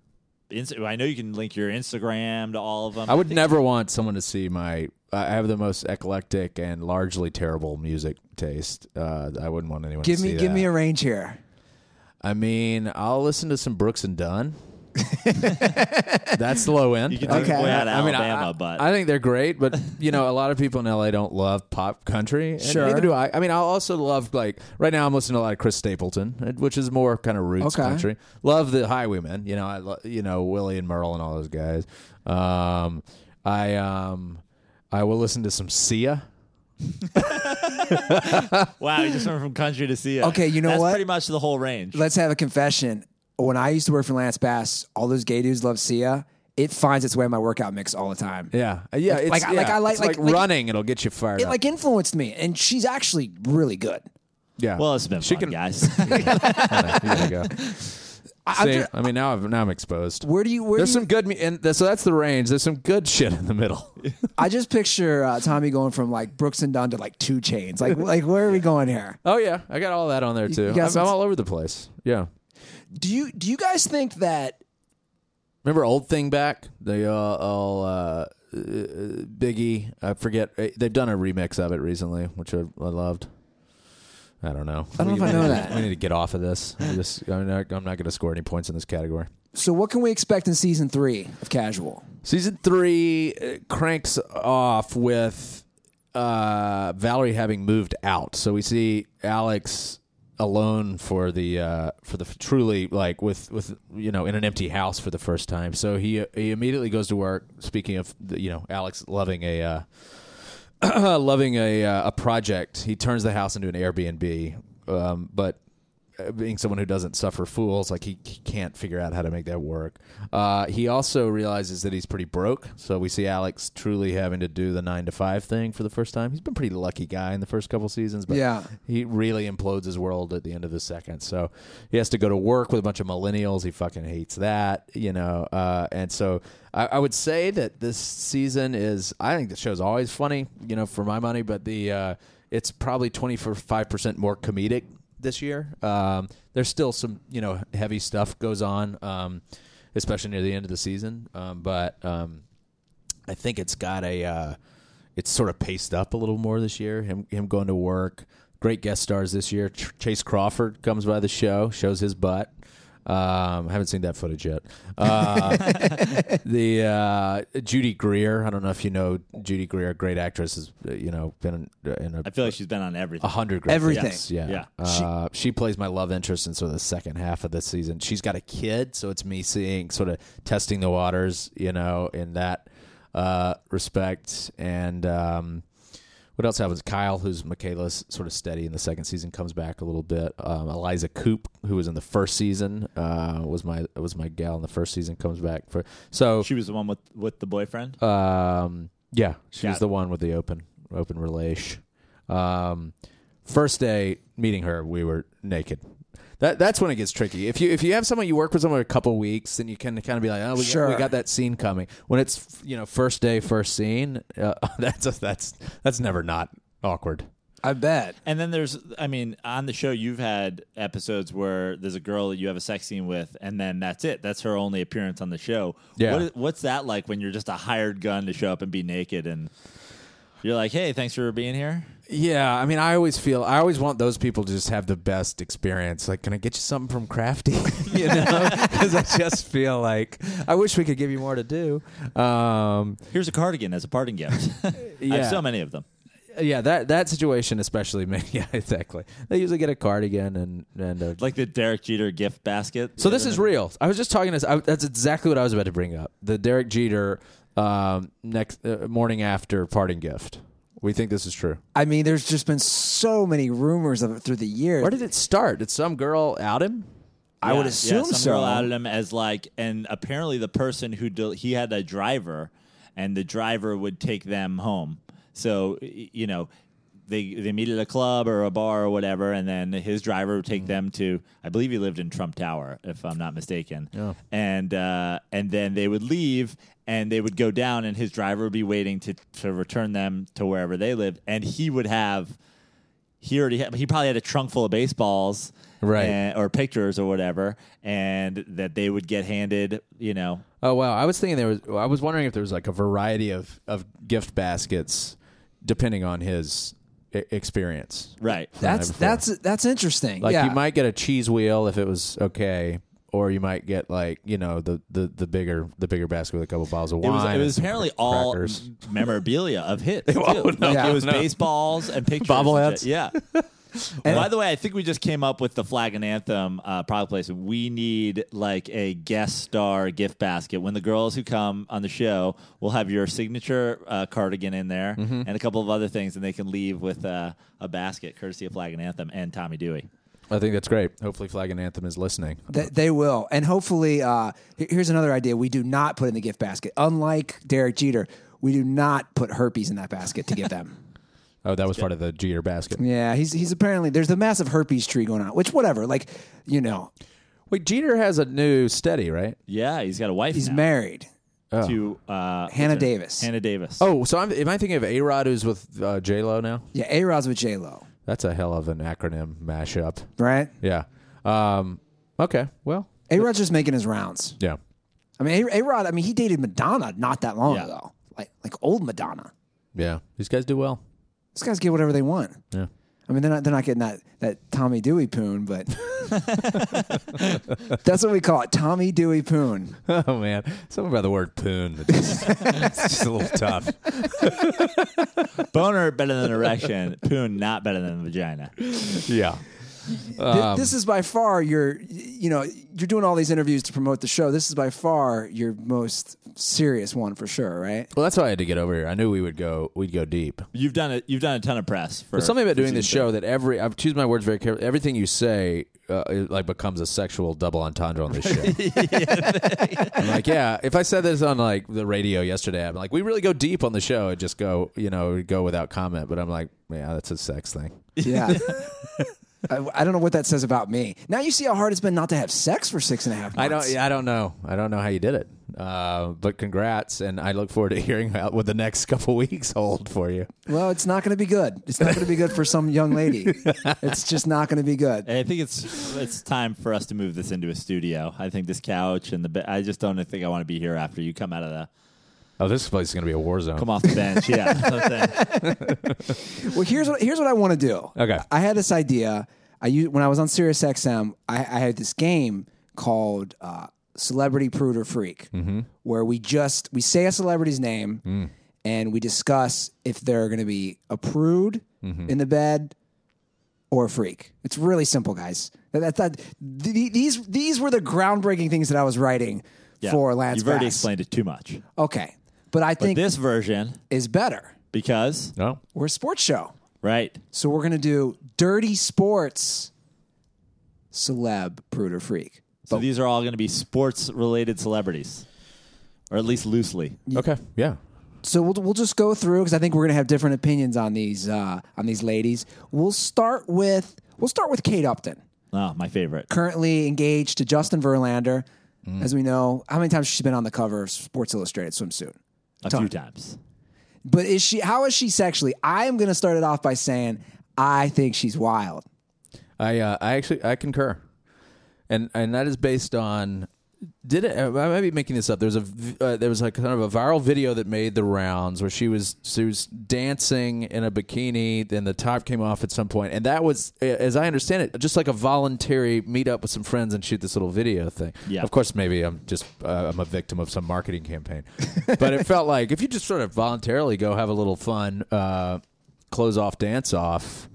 S3: Inst- I know you can link your Instagram to all of them.
S4: I would never want someone to see my. I have the most eclectic and largely terrible music taste. Uh, I wouldn't want anyone.
S2: Give
S4: to
S2: me
S4: see
S2: give
S4: that.
S2: me a range here.
S4: I mean, I'll listen to some Brooks and Dunn. That's low end.
S3: You can take
S2: Okay.
S3: okay. way out of
S4: I mean,
S3: Alabama,
S4: I,
S3: but
S4: I think they're great, but you know, a lot of people in LA don't love pop country. And
S2: Sure.
S4: Neither do I. I mean, I also love like right now. I'm listening to a lot of Chris Stapleton, uh, which is more kind of roots
S2: Okay.
S4: country. Love the Highwaymen. You know, I lo- you know Willie and Merle and all those guys. Um, I um, I will listen to some Sia.
S3: wow, you just went from country to sea.
S2: Okay, you know
S3: That's
S2: what?
S3: Pretty much the whole range.
S2: Let's have a confession. when I used to work for Lance Bass, all those gay dudes love Sia. It finds its way in my workout mix all the time.
S4: Yeah, Uh, yeah. It's,
S2: Like- like-
S4: yeah.
S2: like I like-
S4: It's
S2: like-
S4: like,
S2: like-
S4: running. it'll get you fired.
S2: It
S4: up.
S2: like influenced me, and she's actually really good.
S4: yeah.
S3: Well, it's been
S4: She
S3: fun,
S4: can-
S3: guys.
S4: you gotta go.
S2: I'm
S4: See,
S2: ju-
S4: I mean, now I'm now I'm exposed.
S2: Where do you? Where do
S4: There's
S2: you,
S4: some good, me- and th- so that's the range. There's some good shit in the middle.
S2: I just picture uh, Tommy going from like Brooks and Dunn to like Two Chains. Like, like where are we going here?
S4: oh yeah, I got all that on there too.
S2: got
S4: I'm,
S2: some-
S4: I'm all over the place. Yeah,
S2: Do you do you guys think that
S4: remember old thing back? They all, all uh, uh, Biggie. I forget. eh, They've done a remix of it recently, which I, I loved. I don't know.
S2: I don't know if I know that.
S4: We need to get off of this. I just, I'm not, I'm not going to score any points in this category.
S2: So what can we expect in season three of Casual?
S4: Season three uh, cranks off with uh, Valerie having moved out, so we see Alex alone for the uh, for the truly like with with you know in an empty house for the first time. So he he immediately goes to work. Speaking of the, you know Alex loving a. Uh, loving a uh, a project, he turns the house into an Airbnb. Um, but uh, being someone who doesn't suffer fools, like he, he can't figure out how to make that work. Uh, he also realizes that he's pretty broke, so we see Alex truly having to do the nine to five thing for the first time. He's been a pretty lucky guy in the first couple seasons, but
S2: Yeah.
S4: he really implodes his world at the end of the second. So he has to go to work with a bunch of millennials. He fucking hates that, you know. Uh, and so I, I would say that this season is. I think the show's always funny, you know, for my money. But the uh, it's probably twenty five percent more comedic this year. Um, there's still some, you know, heavy stuff goes on, um, especially near the end of the season. Um, but um, I think it's got a uh, it's sort of paced up a little more this year. Him him going to work. Great guest stars this year. Ch- Chase Crawford comes by the show, shows his butt. Um, I haven't seen that footage yet. Uh, the uh, Judy Greer. I don't know if you know Judy Greer, great actress, has uh, you know been in, in a
S3: I feel like she's been on
S4: a
S3: everything.
S4: hundred great
S2: Everything.
S4: things. Yeah,
S3: Yeah.
S4: Uh, she, plays my love interest in sort of the second half of the season. She's got a kid, so it's me seeing sort of testing the waters, you know, in that uh, respect. And um, what else happens? Kyle, who's Michaela's sort of steady in the second season, comes back a little bit. Um, Eliza Coop, who was in the first season, uh, was my was my gal in the first season, comes back for so.
S3: She was the one with with the boyfriend.
S4: Um, yeah, she was
S3: Got
S4: the one with the open open relish. Um, first day meeting her, we were naked. That that's when it gets tricky. If you if you have someone you work with someone a couple weeks, then you can kind of be like, oh, we,
S2: Sure.
S4: got, we got that scene coming. When it's you know first day first scene, uh, that's that's that's never not awkward.
S2: I bet.
S3: And then there's, I mean, on the show, you've had episodes where there's a girl that you have a sex scene with, and then that's it. That's her only appearance on the show.
S4: Yeah.
S3: What is, what's that like when you're just a hired gun to show up and be naked and you're like, hey, thanks for being here?
S4: Yeah, I mean, I always feel I always want those people to just have the best experience. Like, can I get you something from Crafty? you know, because I just feel like I wish we could give you more to do. Um,
S3: Here's a cardigan as a parting gift. I have
S4: Yeah.
S3: so many of them.
S4: yeah, that that situation especially. Me, yeah, exactly. They usually get a cardigan and and a,
S3: Like the Derek Jeter gift basket.
S4: So
S3: Yeah,
S4: this is
S3: the-
S4: real. I was just talking to. I, that's exactly what I was about to bring up. The Derek Jeter um, next uh, morning after parting gift. We think this is true.
S2: I mean, there's just been so many rumors of it through the years.
S4: Where did it start? Did some girl out him?
S2: I would
S3: Yeah,
S2: assume
S3: yeah, some
S2: so.
S3: girl outed him as like, and apparently the person who del- he had a driver, and the driver would take them home. So y- you know, they they meet at a club or a bar or whatever, and then his driver would take
S2: Mm.
S3: them to. I believe he lived in Trump Tower, if I'm not mistaken. And uh, and then they would leave, and they would go down, and his driver would be waiting to to return them to wherever they lived, and he would have he already had, he probably had a trunk full of baseballs
S4: Right.
S3: and- or pictures or whatever and that they would get handed you know
S4: Oh wow! I was thinking there was. I was wondering if there was like a variety of of gift baskets, depending on his e- experience.
S3: right
S2: That's
S4: the night before.
S2: that's that's interesting.
S4: Like
S2: yeah.
S4: you might get a cheese wheel if it was okay, or you might get like you know the the, the bigger the bigger basket with a couple bottles of
S3: it
S4: wine.
S3: was, it
S4: and
S3: was
S4: some
S3: apparently all
S4: crackers.
S3: memorabilia of hits. too.
S4: Oh, no,
S3: like
S2: Yeah.
S3: it was
S4: no.
S3: baseballs and pictures. and
S4: Bobbleheads.
S3: shit. Yeah. By the way, I think we just came up with the flag and anthem uh, product place. We need like a guest star gift basket. When the girls who come on the show will have your signature uh, cardigan in there
S4: Mm-hmm.
S3: and a couple of other things, and they can leave with uh, a basket courtesy of flag and anthem and Tommy Dewey.
S4: I think that's great. Hopefully, Flag and Anthem is listening.
S2: They, they will, and hopefully, uh, he- here's another idea: we do not put in the gift basket. Unlike Derek Jeter, we do not put herpes in that basket to give them.
S4: Oh, that was part of the Jeter basket.
S2: yeah, he's he's apparently there's the massive herpes tree going on, which whatever, like you know,
S4: Wait, Jeter has a new steady, right?
S3: Yeah, he's got a wife.
S2: he's
S3: now
S2: married.
S3: to
S2: Hannah
S3: uh, what's her-
S2: Davis.
S3: Hannah Davis.
S4: Oh, so I'm, am I thinking of A Rod who's with uh, J Lo now?
S2: Yeah, A Rod's with J Lo,
S4: That's a hell of an acronym mashup.
S2: right?
S4: Yeah. Um, okay. Well.
S2: A Rod's just making his rounds.
S4: Yeah.
S2: I mean, A Rod. I mean, he dated Madonna not that long
S3: Yeah.
S2: ago, like like old Madonna.
S4: Yeah. These guys do well.
S2: These guys get whatever they want.
S4: Yeah.
S2: I mean, they're not they're not getting that that Tommy Dewey poon, but that's what we call it, Tommy Dewey poon.
S4: Oh man, something about the word poon. It's just, it's just a little tough.
S3: Boner better than erection. Poon not better than vagina.
S4: Yeah.
S2: Th-
S4: Um,
S2: this is by far your you know you're doing all these interviews to promote the show. This is by far your most serious one for sure, right?
S4: Well, that's why I had to get over here. I knew we would go. We'd go deep.
S3: You've done it. You've done a ton of press for
S4: There's something about
S3: for
S4: doing this
S3: season
S4: show that every I've choose my words very carefully. Everything you say uh, it, like becomes a sexual double entendre on this show. I'm like, yeah. If I said this on like the radio yesterday, I'm like, we really go deep on the show. It just go, you know, it'd go without comment. But I'm like, yeah, that's a sex thing.
S2: Yeah. I, I don't know what that says about me. Now you see how hard it's been not to have sex for six and a half
S4: I
S2: months.
S4: don't. Yeah, I don't know. I don't know how you did it. Uh, but congrats, and I look forward to hearing how, what the next couple weeks hold for you.
S2: Well, it's not going to be good. It's not going to be good for some young lady. it's just not going to be good.
S3: I think it's it's time for us to move this into a studio. I think this couch and the be- I just don't think I want to be here after you come out of the
S4: Oh, this place is gonna be a war zone.
S3: come off the bench. Yeah, that's what I'm saying.
S2: Well, here's what here's what I want to do.
S4: Okay.
S2: I had this idea. I used, when I was on Sirius XM, I, I had this game called uh, Celebrity Prude or Freak,
S3: Mm-hmm.
S2: where we just we say a celebrity's name
S3: Mm.
S2: and we discuss if they're going to be a prude
S3: Mm-hmm.
S2: in the bed or a freak. It's really simple, guys. That, that, that- th- these these were the groundbreaking things that I was writing
S3: Yeah.
S2: for Lance.
S3: You've already
S2: Bass.
S3: explained it too much.
S2: Okay, but I
S3: But
S2: think
S3: this version,
S2: is better.
S3: because
S4: No.
S2: We're a sports show.
S3: right,
S2: So we're gonna do dirty sports, celeb, prude, or freak.
S3: so these are all going to be sports related celebrities, or at least loosely.
S4: Okay. Yeah.
S2: So we'll we'll just go through because I think we're gonna have different opinions on these uh, on these ladies. We'll start with we'll start with Kate Upton,
S3: Oh, my favorite.
S2: currently engaged to Justin Verlander. As we know, how many times she's been on the cover of Sports Illustrated swimsuit?
S3: A few times.
S2: But is she? How is she sexually? I am gonna start it off by saying I think she's wild.
S4: I uh, I actually I concur, and and that is based on did it I might be making this up. There's a v- uh, there was like kind of a viral video that made the rounds where she was she was dancing in a bikini. Then the top came off at some point, and that was a- as I understand it, just like a voluntary meet up with some friends and shoot this little video thing.
S3: Yeah.
S4: Of course, maybe I'm just uh, I'm a victim of some marketing campaign, but it felt like if you just sort of voluntarily go have a little fun, uh, close off, dance off.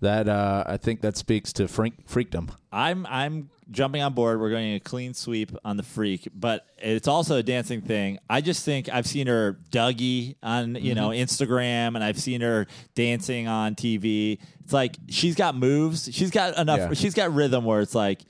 S4: That uh, I think that speaks to freak- freakdom.
S3: I'm I'm jumping on board. We're going a clean sweep on the freak, but it's also a dancing thing. I just think I've seen her Dougie on
S4: Mm-hmm.
S3: you know Instagram, and I've seen her dancing on TV. It's like she's got moves. She's got enough.
S4: Yeah.
S3: She's got rhythm where it's like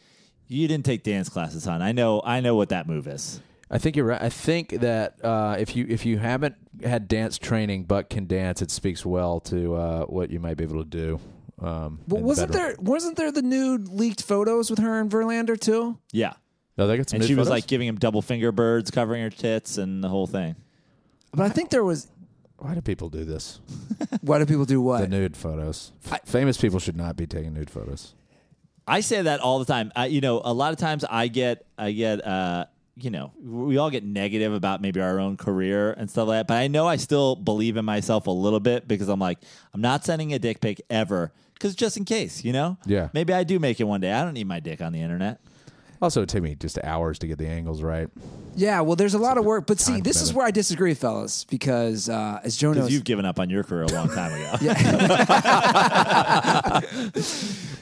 S3: you didn't take dance classes on. I know. I know what that move is.
S4: I think you're right. I think that uh, if you if you haven't had dance training but can dance, it speaks well to uh, what you might be able to do. Um,
S2: But
S4: in the
S2: wasn't
S4: bedroom.
S2: there wasn't there the nude leaked photos with her and Verlander too?
S3: Yeah,
S4: No, they got some
S3: and
S4: nude
S3: she was
S4: photos?
S3: like giving him double finger birds, covering her tits, and the whole thing.
S2: But I think there was
S4: "Why do people do this?
S2: Why do people do what?
S4: The nude photos. F- Famous people should not be taking nude photos."
S3: I say that all the time. I, you know, a lot of times I get, I get, uh, you know, we all get negative about maybe our own career and stuff like that. But I know I still believe in myself a little bit because I'm like, I'm not sending a dick pic ever because just in case, you know,
S4: Yeah.
S3: maybe I do make it one day. I don't need my dick on the internet.
S4: Also, it took me just hours to get the angles right.
S2: yeah, well, there's a lot of work, but see,
S4: time
S2: this is
S4: commitment.
S2: where I disagree, fellas, because uh, as Joe
S3: Because
S2: knows,
S3: you've given up on your career a long time ago.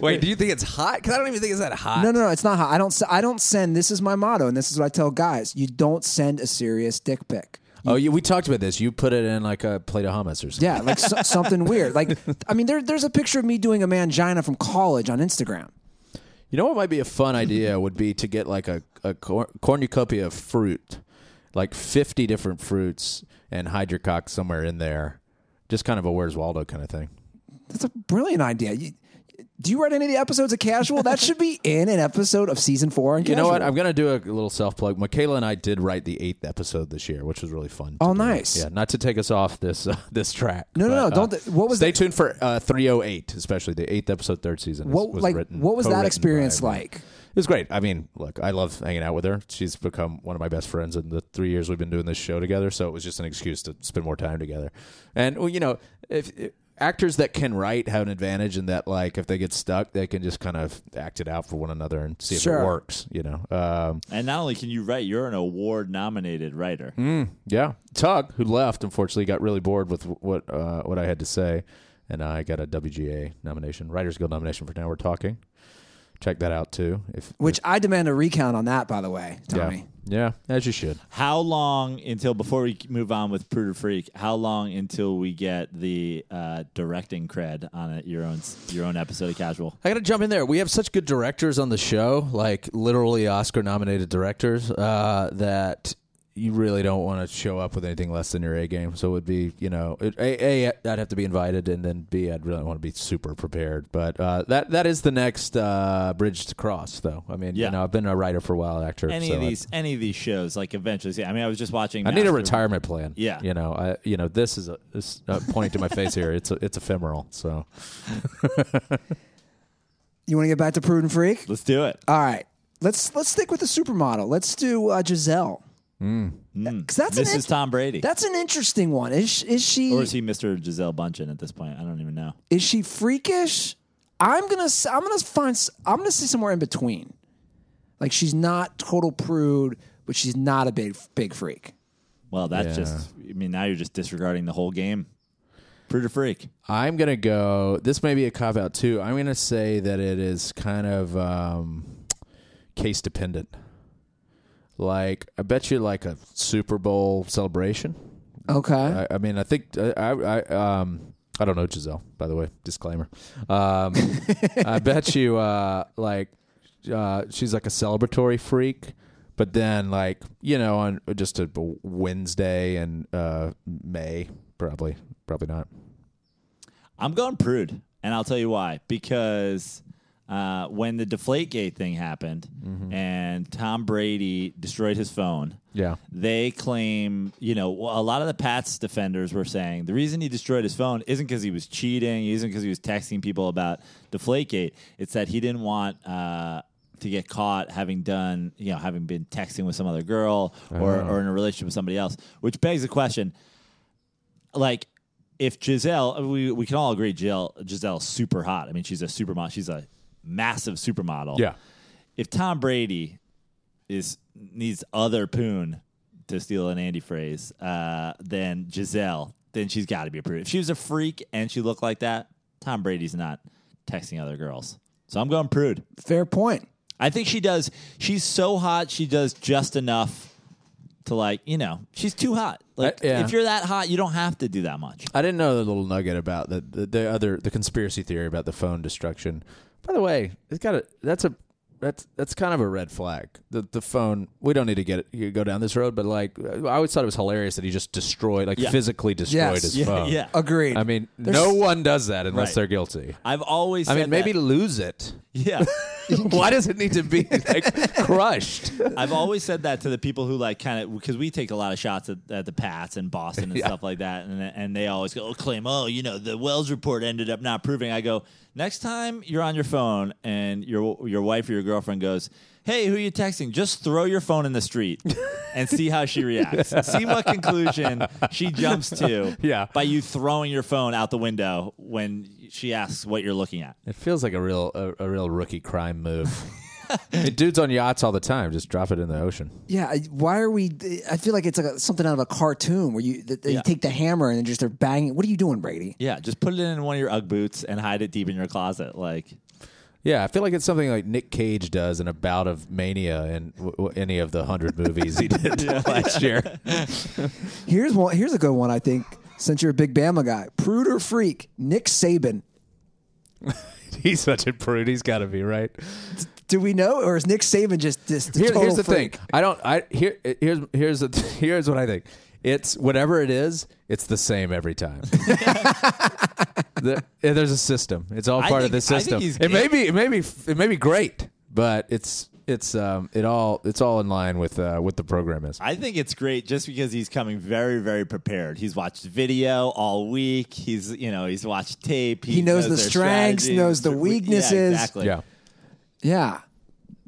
S4: Wait, do you think it's hot? Because I don't even think it's that hot.
S2: no, no, no, it's not. How, I don't. s- I don't send. This is my motto, and this is what I tell guys: you don't send a serious dick pic.
S4: Oh, you, we talked about this. You put it in like a plate of hummus or something.
S2: Yeah, like so, something weird. Like, I mean, there, there's a picture of me doing a mangina from college on Instagram.
S4: You know what might be a fun idea would be to get like a, a cor- cornucopia of fruit, like 50 different fruits, and hide your cock somewhere in there. Just kind of a Where's Waldo kind of thing.
S2: That's a brilliant idea. You, do you write any of the episodes of Casual? That should be in an episode of season four. And
S4: You know what? I'm going to do a little self plug. Michaela and I did write the eighth episode this year, which was really fun. to
S2: Oh,
S4: do.
S2: nice.
S4: Yeah, not to take us off this uh, this track.
S2: No, no, no,
S4: but,
S2: don't
S4: uh,
S2: th- what was
S4: stay
S2: the-
S4: tuned for uh, 308, especially the eighth episode, third season. is-
S2: what
S4: was
S2: like
S4: written-
S2: what was that
S4: co-written
S2: experience
S4: by me.
S2: like?
S4: It was great. I mean, look, I love hanging out with her. She's become one of my best friends in the three years we've been doing this show together. So it was just an excuse to spend more time together. And well, you know, if, if actors that can write have an advantage in that, like if they get stuck, they can just kind of act it out for one another and see if
S2: Sure.
S4: it works. You know, um,
S3: And not only can you write, you're an award nominated writer.
S4: yeah. Tug, who left, unfortunately, got really bored with what uh, what I had to say, and I got a WGA nomination, Writers Guild nomination for Now We're Talking. Check that out too. If
S2: Which I demand a recount on that, by the way, Tommy.
S4: yeah, yeah, as you should.
S3: How long until before we move on with Pruder Freak? How long until we get the uh, directing cred on it, your own your own episode of Casual?
S4: I got to jump in there. We have such good directors on the show, like literally Oscar nominated directors, uh, that you really don't want to show up with anything less than your A game. So it would be, you know, it, a, a, I'd have to be invited, and then B, I'd really want to be super prepared. But uh, that that is the next uh, bridge to cross, though. I mean,
S3: Yeah.
S4: you know, I've been a writer for a while, actor.
S3: Any
S4: so
S3: of
S4: I-
S3: these any of these shows, like eventually. See, I mean, I was just watching.
S4: I need a
S3: Master-
S4: retirement plan.
S3: Yeah.
S4: you know, I you know this is a this uh, pointing to my face here. It's a, it's ephemeral. So
S2: You want to get back to Prude and Freak?
S3: Let's do
S4: Uh,
S3: it.
S2: All right, let's let's stick with the supermodel. Let's do uh, Giselle.
S4: Hmm.
S2: Because that's an
S3: Mrs.
S2: int-
S3: Tom Brady,
S2: that's an interesting one. Is sh- is she
S3: or is he Mr. Giselle Bundchen at this point? I don't even know.
S2: is she freakish? I'm gonna s- I'm gonna find s- I'm gonna see somewhere in between. Like she's not total prude, but she's not a big big freak.
S3: Well, that's
S4: Yeah.
S3: just. I mean, now you're just disregarding the whole game. Pruder Freak.
S4: I'm gonna go. This may be a cop out too. I'm gonna say that it is kind of um, case dependent. Like I bet you, like a Super Bowl celebration.
S2: Okay.
S4: I, I mean, I think I, I, I um I don't know Giselle. By the way, disclaimer. Um, I bet you, uh, like, uh, she's like a celebratory freak. But then, like, you know, on just a Wednesday in uh, May, probably, probably not.
S3: I'm going prude, and I'll tell you why. Because uh, when the Deflategate thing happened, and Tom Brady destroyed his phone,
S4: Yeah.
S3: they claim, you know, well, a lot of the Pats defenders were saying the reason he destroyed his phone isn't because he was cheating, isn't because he was texting people about Deflategate. It's that he didn't want uh, to get caught having done, you know, having been texting with some other girl or, or in a relationship with somebody else, which begs the question like if Giselle, we, we can all agree Giselle Giselle's super hot. I mean, she's a supermodel. She's a massive supermodel.
S4: Yeah.
S3: If Tom Brady is needs other poon to steal an Andy phrase, uh, then Giselle, then she's got to be approved. If she was a freak and she looked like that, Tom Brady's not texting other girls. So I'm going prude.
S2: Fair point.
S3: I think she does. She's so hot. She does just enough to like you know. She's too hot. Like
S4: Uh, yeah.
S3: if you're that hot, you don't have to do that much.
S4: I didn't know the little nugget about the, the the other the conspiracy theory about the phone destruction. By the way, it's got a that's a that's that's kind of a red flag. The the phone. We don't need to get it, you go down this road, but like I always thought it was hilarious that he just destroyed like
S3: Yeah.
S4: physically destroyed
S2: Yes.
S4: his
S3: Yeah,
S4: phone.
S3: yeah.
S2: Agreed.
S4: I mean,
S2: There's-
S4: no one does that unless
S3: Right.
S4: they're guilty.
S3: I've always.
S4: I
S3: said
S4: mean, maybe
S3: that.
S4: lose it.
S3: yeah.
S4: Why does it need to be like crushed?
S3: I've always said that to the people who like kind of because we take a lot of shots at, at the Pats and Boston and stuff like that, and and they always go oh, claim, oh, you know, the Wells report ended up not proving. I go next time you're on your phone and your your wife or your girlfriend goes, hey, who you texting? Just throw your phone in the street and see how she reacts. see what conclusion she jumps to.
S4: Yeah.
S3: by you throwing your phone out the window when she asks what you're looking at.
S4: It feels like a real a, a real rookie crime move. I mean, dudes on yachts all the time just drop it in the ocean.
S2: yeah. I- Why are we? I feel like it's like a, something out of a cartoon where you that, that you
S3: Yeah.
S2: take the hammer and just they're banging. What are you doing, Brady?
S3: Yeah, just put it in one of your UGG boots and hide it deep in your closet, like.
S4: Yeah, I feel like it's something like Nick Cage does in a bout of mania in w- w- any of the hundred movies he did last year.
S2: Here's one. Here's a good one. I think since you're a big Bama guy, prude or freak, Nick Saban.
S4: He's such a prude. He's got to be right.
S2: Do we know, or is Nick Saban just this?
S4: Here-
S2: total
S4: here's the
S2: freak?
S4: thing. I don't. I here. Here's here's the, here's what I think. It's whatever it is. It's the same every time. The- yeah, there's a system. It's all
S3: I
S4: part of
S3: think-
S4: the
S3: I think
S4: system.
S3: he's-
S4: It may be. It may be. It may be great, but it's it's um it all it's all in line with uh, what the program is.
S3: I think it's great just because he's coming very, very prepared. He's watched video all week. He's you know he's watched tape.
S2: He knows the
S3: their
S2: strengths,
S3: strategies.
S2: knows the
S3: Yeah,
S2: weaknesses.
S3: exactly.
S4: yeah.
S2: Yeah,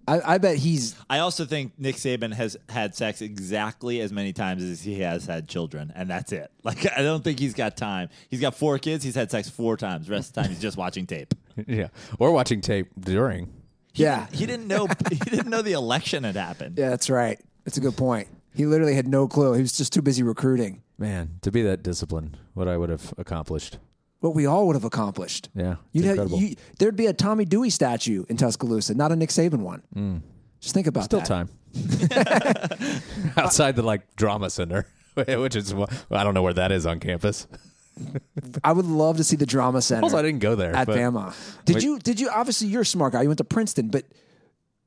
S2: I, I bet he's
S3: I also think Nick Saban has had sex exactly as many times as he has had children, and that's it. Like I don't think he's got time. He's got four kids. He's had sex four times. The rest of the time, he's just watching tape.
S4: Yeah. Or watching tape during.
S2: yeah
S3: He didn't know. he didn't know the election had happened.
S2: yeah. That's right. That's a good point. He literally had no clue. He was just too busy recruiting.
S4: Man, to be that disciplined, what I would have accomplished.
S2: What we all would have accomplished.
S4: Yeah,
S2: you'd
S4: it's
S2: have,
S4: incredible.
S2: you, there'd be a Tommy Dewey statue in Tuscaloosa, not a Nick Saban one. Just think about
S4: Hmm. Still
S2: that.
S4: time. Outside the like drama center, which is wh- I don't know where that is on campus.
S2: I would love to see the drama center.
S4: Also, I didn't go there
S2: at
S4: but-
S2: Bama. Did you? Did you? Obviously, you're a smart guy. You went to Princeton, but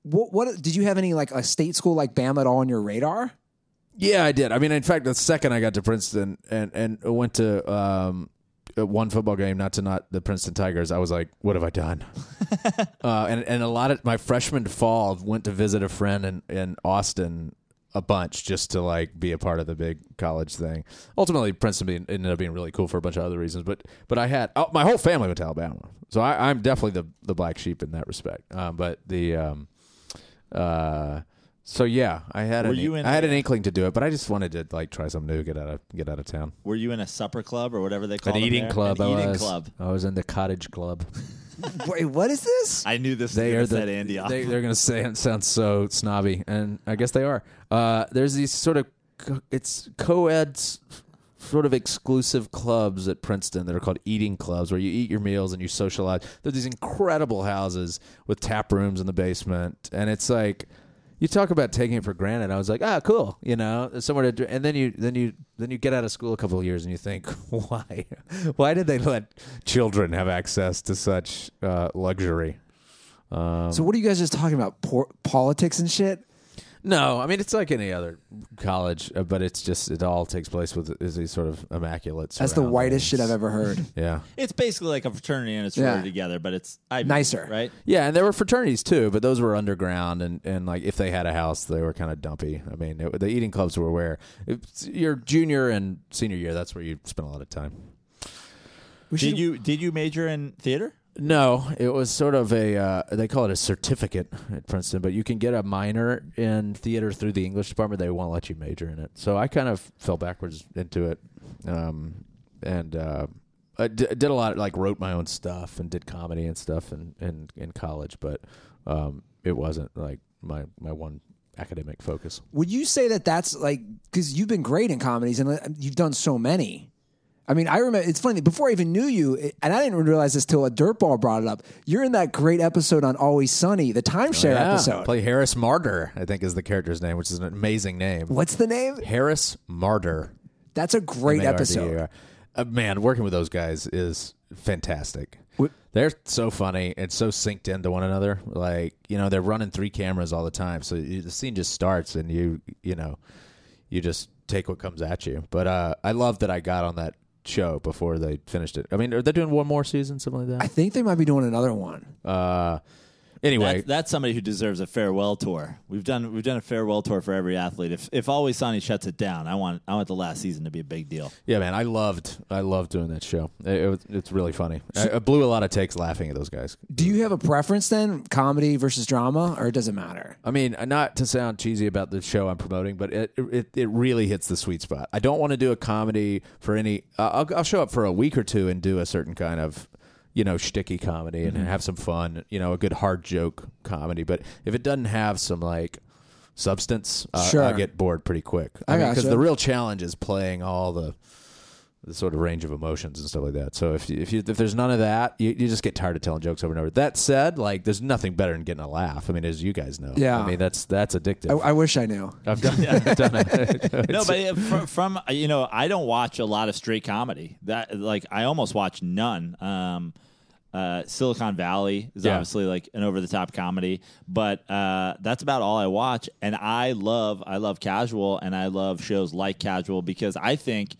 S2: what? What did you have any like a state school like Bama at all on your radar?
S4: Yeah, I did. I mean, in fact, the second I got to Princeton and and went to um, one football game, not to not the Princeton Tigers, I was like, "What have I done?" uh, and and a lot of my freshman fall went to visit a friend in in Austin a bunch just to like be a part of the big college thing. Ultimately, Princeton being, ended up being really cool for a bunch of other reasons, but but I had oh, my whole family went to Alabama, so I, I'm definitely the the black sheep in that respect. Um, but the um, uh, so yeah, I had
S3: Were
S4: an,
S3: you in
S4: I had
S3: a-
S4: an inkling to do it, but I just wanted to like try something new, get out of get out of town.
S3: Were you in a supper club or whatever they call
S4: An
S3: them
S4: eating
S3: there?
S4: club.
S3: An
S4: I
S3: eating
S4: was,
S3: club.
S4: I was in the cottage club.
S2: Wait, what is this?
S3: I knew this.
S4: They are the,
S3: said Andy. off.
S4: They, they're going to say it sounds so snobby, and I guess they are. Uh, there's these sort of co- it's co-ed's sort of exclusive clubs at Princeton that are called eating clubs, where you eat your meals and you socialize. They're these incredible houses with tap rooms in the basement, and it's like you talk about taking it for granted. I was like, ah, cool, you know, it's somewhere to. do- And then you, then you, then you get out of school a couple of years, and you think, why, why did they let children have access to such uh, luxury?
S2: so what are you guys just talking about? Por- politics and shit.
S4: No, I mean it's like any other college, uh, but it's just it all takes place with is these sort of immaculate.
S2: That's the whitest shit I've ever heard.
S4: Yeah,
S3: It's basically like a fraternity and a sorority
S2: Yeah.
S3: together, but it's Ivy,
S2: Nicer.
S3: right?
S4: yeah, and there were fraternities too, but those were underground, and and like if they had a house, they were kind of dumpy. I mean, it, the eating clubs were where it's your junior and senior year. That's where you spent a lot of time.
S2: We
S3: Did you did you major in theater?
S4: No, it was sort of a uh, they call it a certificate at Princeton, but you can get a minor in theater through the English department. They won't let you major in it, so I kind of fell backwards into it, um, and uh, I d- did a lot of, like wrote my own stuff and did comedy and stuff in in, in college, but um, it wasn't like my my one academic focus.
S2: Would you say that that's like because you've been great in comedies and uh, you've done so many? I mean, I remember it's funny before I even knew you, it- and I didn't realize this till a dirtball brought it up. You're in that great episode on Always Sunny, the timeshare
S4: Yeah.
S2: episode.
S4: Play Harris Martyr, I think is the character's name, which is an amazing name.
S2: What's the name?
S4: Harris Martyr.
S2: That's a great episode.
S4: M-A-R-D-A-R. Uh, man, working with those guys is fantastic. They're so funny and so synced into one another. Like you know, they're running three cameras all the time, so you, the scene just starts, and you you know, you just take what comes at you. But uh, I love that I got on that show before they finished it. I mean, are they doing one more season, something
S2: I
S4: like
S2: think they might be doing another one.
S4: that? Uh, anyway,
S3: That's, that's somebody who deserves a farewell tour. We've done we've done a farewell tour for every athlete. If if always Sonny shuts it down, I want I want the last season to be a big deal.
S4: yeah, man, I loved I loved doing that show. It, it was, it's really funny. I, I blew a lot of takes laughing at those guys.
S2: Do you have a preference then, comedy versus drama, or it doesn't matter?
S4: I mean, uh, not to sound cheesy about the show I'm promoting, but it it, it really hits the sweet spot. I don't want to do a comedy for any. Uh, I'll, I'll show up for a week or two and do a certain kind of, you know, shticky comedy
S2: Mm-hmm.
S4: and have some fun. You know, a good hard joke comedy. But if it doesn't have some like substance, uh,
S2: Sure.
S4: I get bored pretty quick.
S2: I
S4: mean,
S2: gotcha.
S4: the real challenge is playing all the. The sort of range of emotions and stuff like that. So if you, if you, if there's none of that, you, you just get tired of telling jokes over and over. That said, like there's nothing better than getting a laugh. I mean, as you guys know,
S2: Yeah.
S4: I mean, that's that's
S2: I,
S4: addictive.
S2: I wish I knew.
S4: I've done, I've done it.
S3: no, but uh, from, from uh, you know, I don't watch a lot of straight comedy. That like I almost watch none. Um, Uh, Silicon Valley is
S4: Yeah.
S3: obviously like an over the top comedy, but uh, that's about all I watch. And I love I love casual, and I love shows like casual because I think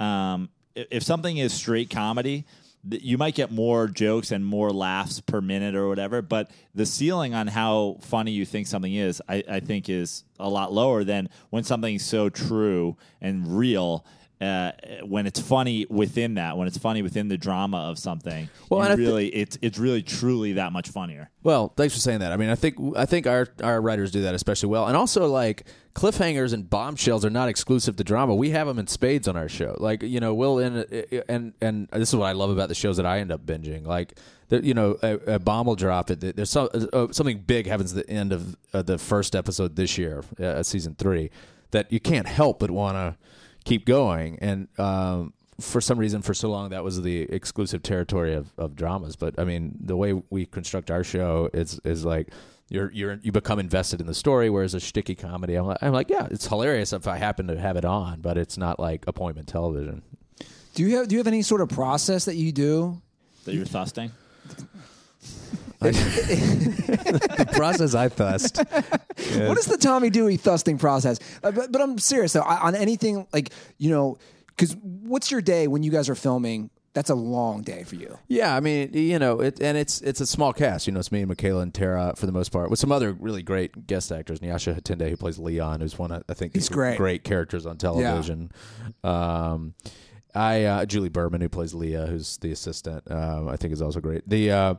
S3: um, i- if something is straight comedy. th- You might get more jokes and more laughs per minute or whatever, but the ceiling on how funny you think something is, I, I think, is a lot lower than when something's so true and real. Uh, when it's funny within that, when it's funny within the drama of something,
S4: Well,
S3: well,
S4: and I thi-
S3: really, it's it's really truly that much funnier.
S4: Well, thanks for saying that. I mean, I think I think our our writers do that especially well, and also like cliffhangers and bombshells are not exclusive to drama. We have them in spades on our show. Like you know, Will and and and this is what I love about the shows that I end up binging. Like there- you know, a, a bomb will drop. It there's some uh, something big happens at the end of uh, the first episode this year, uh, season three, that you can't help but want to keep going and. Um, for some reason for so long that was the exclusive territory of, of dramas but i mean the way we construct our show is is like you're you're you become invested in the story whereas a sticky comedy i'm like i'm like yeah it's hilarious if i happen to have it on but it's not like appointment television
S2: Do you have do you have any sort of process that you do?
S3: That you're thrusting.
S4: the process i thust
S2: What is the Tommy Dewey thusting process? Uh, but, but I'm serious though. I, on anything like you know, because what's your day when you guys are filming? That's a long day for you.
S4: Yeah, I mean, you know, it, and it's it's a small cast. You know, it's me and Michaela and Tara for the most part, with some other really great guest actors. Nyasha Hatinde, who plays Leon, who's one of I think
S2: He's
S4: the
S2: great.
S4: great characters on television. Um, I uh, Julie Berman, who plays Leah, who's the assistant, um, I think is also great. The uh,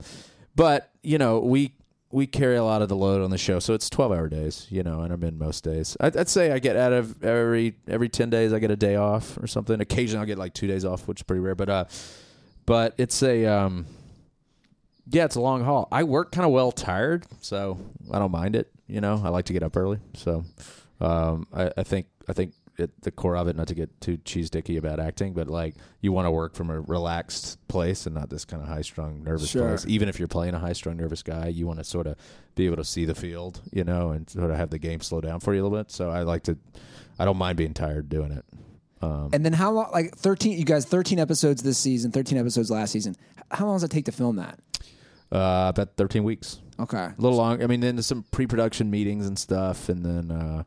S4: but you know we we carry a lot of the load on the show, so it's twelve hour days. You know, and I'm in most days. I'd, I'd say I get out of every every ten days, I get a day off or something. Occasionally, I'll get like two days off, which is pretty rare. But uh, but it's a um yeah it's a long haul i work kind of well tired so i don't mind it you know i like to get up early so um i, I think i think it, the core of it not to get too cheese dicky about acting but like you want to work from a relaxed place and not this kind of high strung nervous
S2: Sure.
S4: place even if you're playing a high strung nervous guy you want to sort of be able to see the field you know and sort of have the game slow down for you a little bit so i like to i don't mind being tired doing it Um.
S2: And then how long? Like thirteen. You guys, thirteen episodes this season, thirteen episodes last season. H- How long does it take to film that?
S4: uh about 13 weeks
S2: Okay.
S4: a little long. I mean, then there's some pre-production meetings and stuff, and then uh,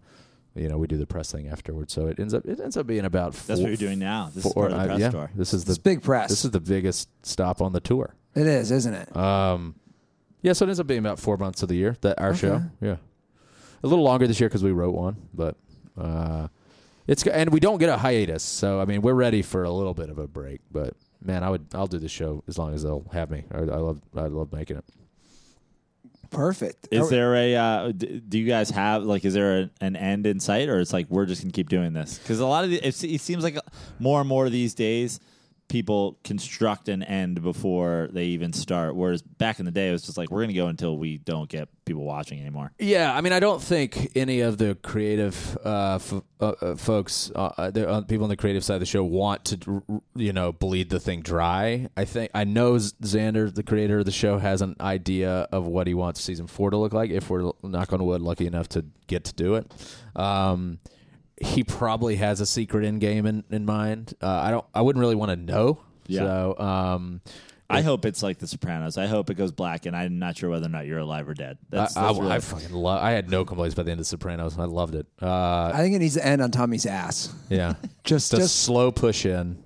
S4: you know we do the press thing afterwards. So it ends up it ends up being about. Four,
S3: That's what you're doing now. This is
S4: four-
S3: part of the
S4: uh,
S3: press
S4: yeah,
S3: tour.
S4: This is the
S2: It's big press.
S4: This is the biggest stop on the tour.
S2: it is, isn't it?
S4: Um, yeah, so it ends up being about four months of the year that our show. Yeah, a little longer this year because we wrote one, but uh, it's and we don't get a hiatus. So I mean, we're ready for a little bit of a break. But man, I would I'll do the show as long as they'll have me. I, I love I love making it.
S2: Perfect.
S3: Is
S2: Are-
S3: there a uh, d- do you guys have like is there a, an end in sight or it's like we're just gonna keep doing this because a lot of the, it, se- it seems like more and more these days people construct an end before they even start whereas back in the day it was just like we're gonna go until we don't get people watching anymore
S4: Yeah, I mean, I don't think any of the creative uh, f- uh, uh, folks, uh, uh, the uh, people on the creative side of the show, want to, r- you know, bleed the thing dry. I think I know Z- Xander, the creator of the show, has an idea of what he wants season four to look like. If we're knock on wood, lucky enough to get to do it. Um, he probably has a secret end game in, in mind. Uh, I don't. I wouldn't really want to know.
S3: Yeah.
S4: So, um,
S3: I hope it's like The Sopranos. I hope it goes black, and I'm not sure whether or not you're alive or dead. That's,
S4: I, I,
S3: that's really-
S4: I fucking love. I had no complaints by the end of Sopranos. I loved it. Uh,
S2: I think it needs to end on Tommy's ass.
S4: Yeah.
S2: Just-
S4: the
S2: just-
S4: slow push in.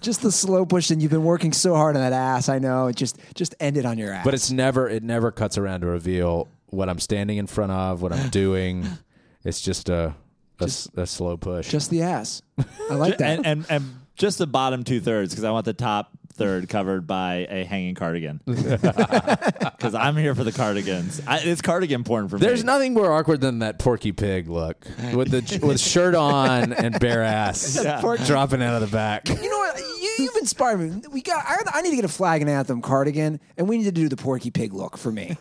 S2: Just the slow push, and you've been working so hard on that ass. I know. It just just end it on your ass.
S4: But it's never it never cuts around to reveal what I'm standing in front of, what I'm doing. It's just a a, s- a slow push.
S2: just the ass. I like that.
S3: and, and and just the bottom two thirds because I want the top third covered by a hanging cardigan. Because I'm here for the cardigans. I, it's cardigan porn for
S4: There's
S3: me.
S4: nothing more awkward than that Porky Pig look with the with shirt on and bare ass dropping out of the back.
S2: you know what? You, you've inspired me. We got. I, I need to get a flag and anthem cardigan, and we need to do the Porky Pig look for me.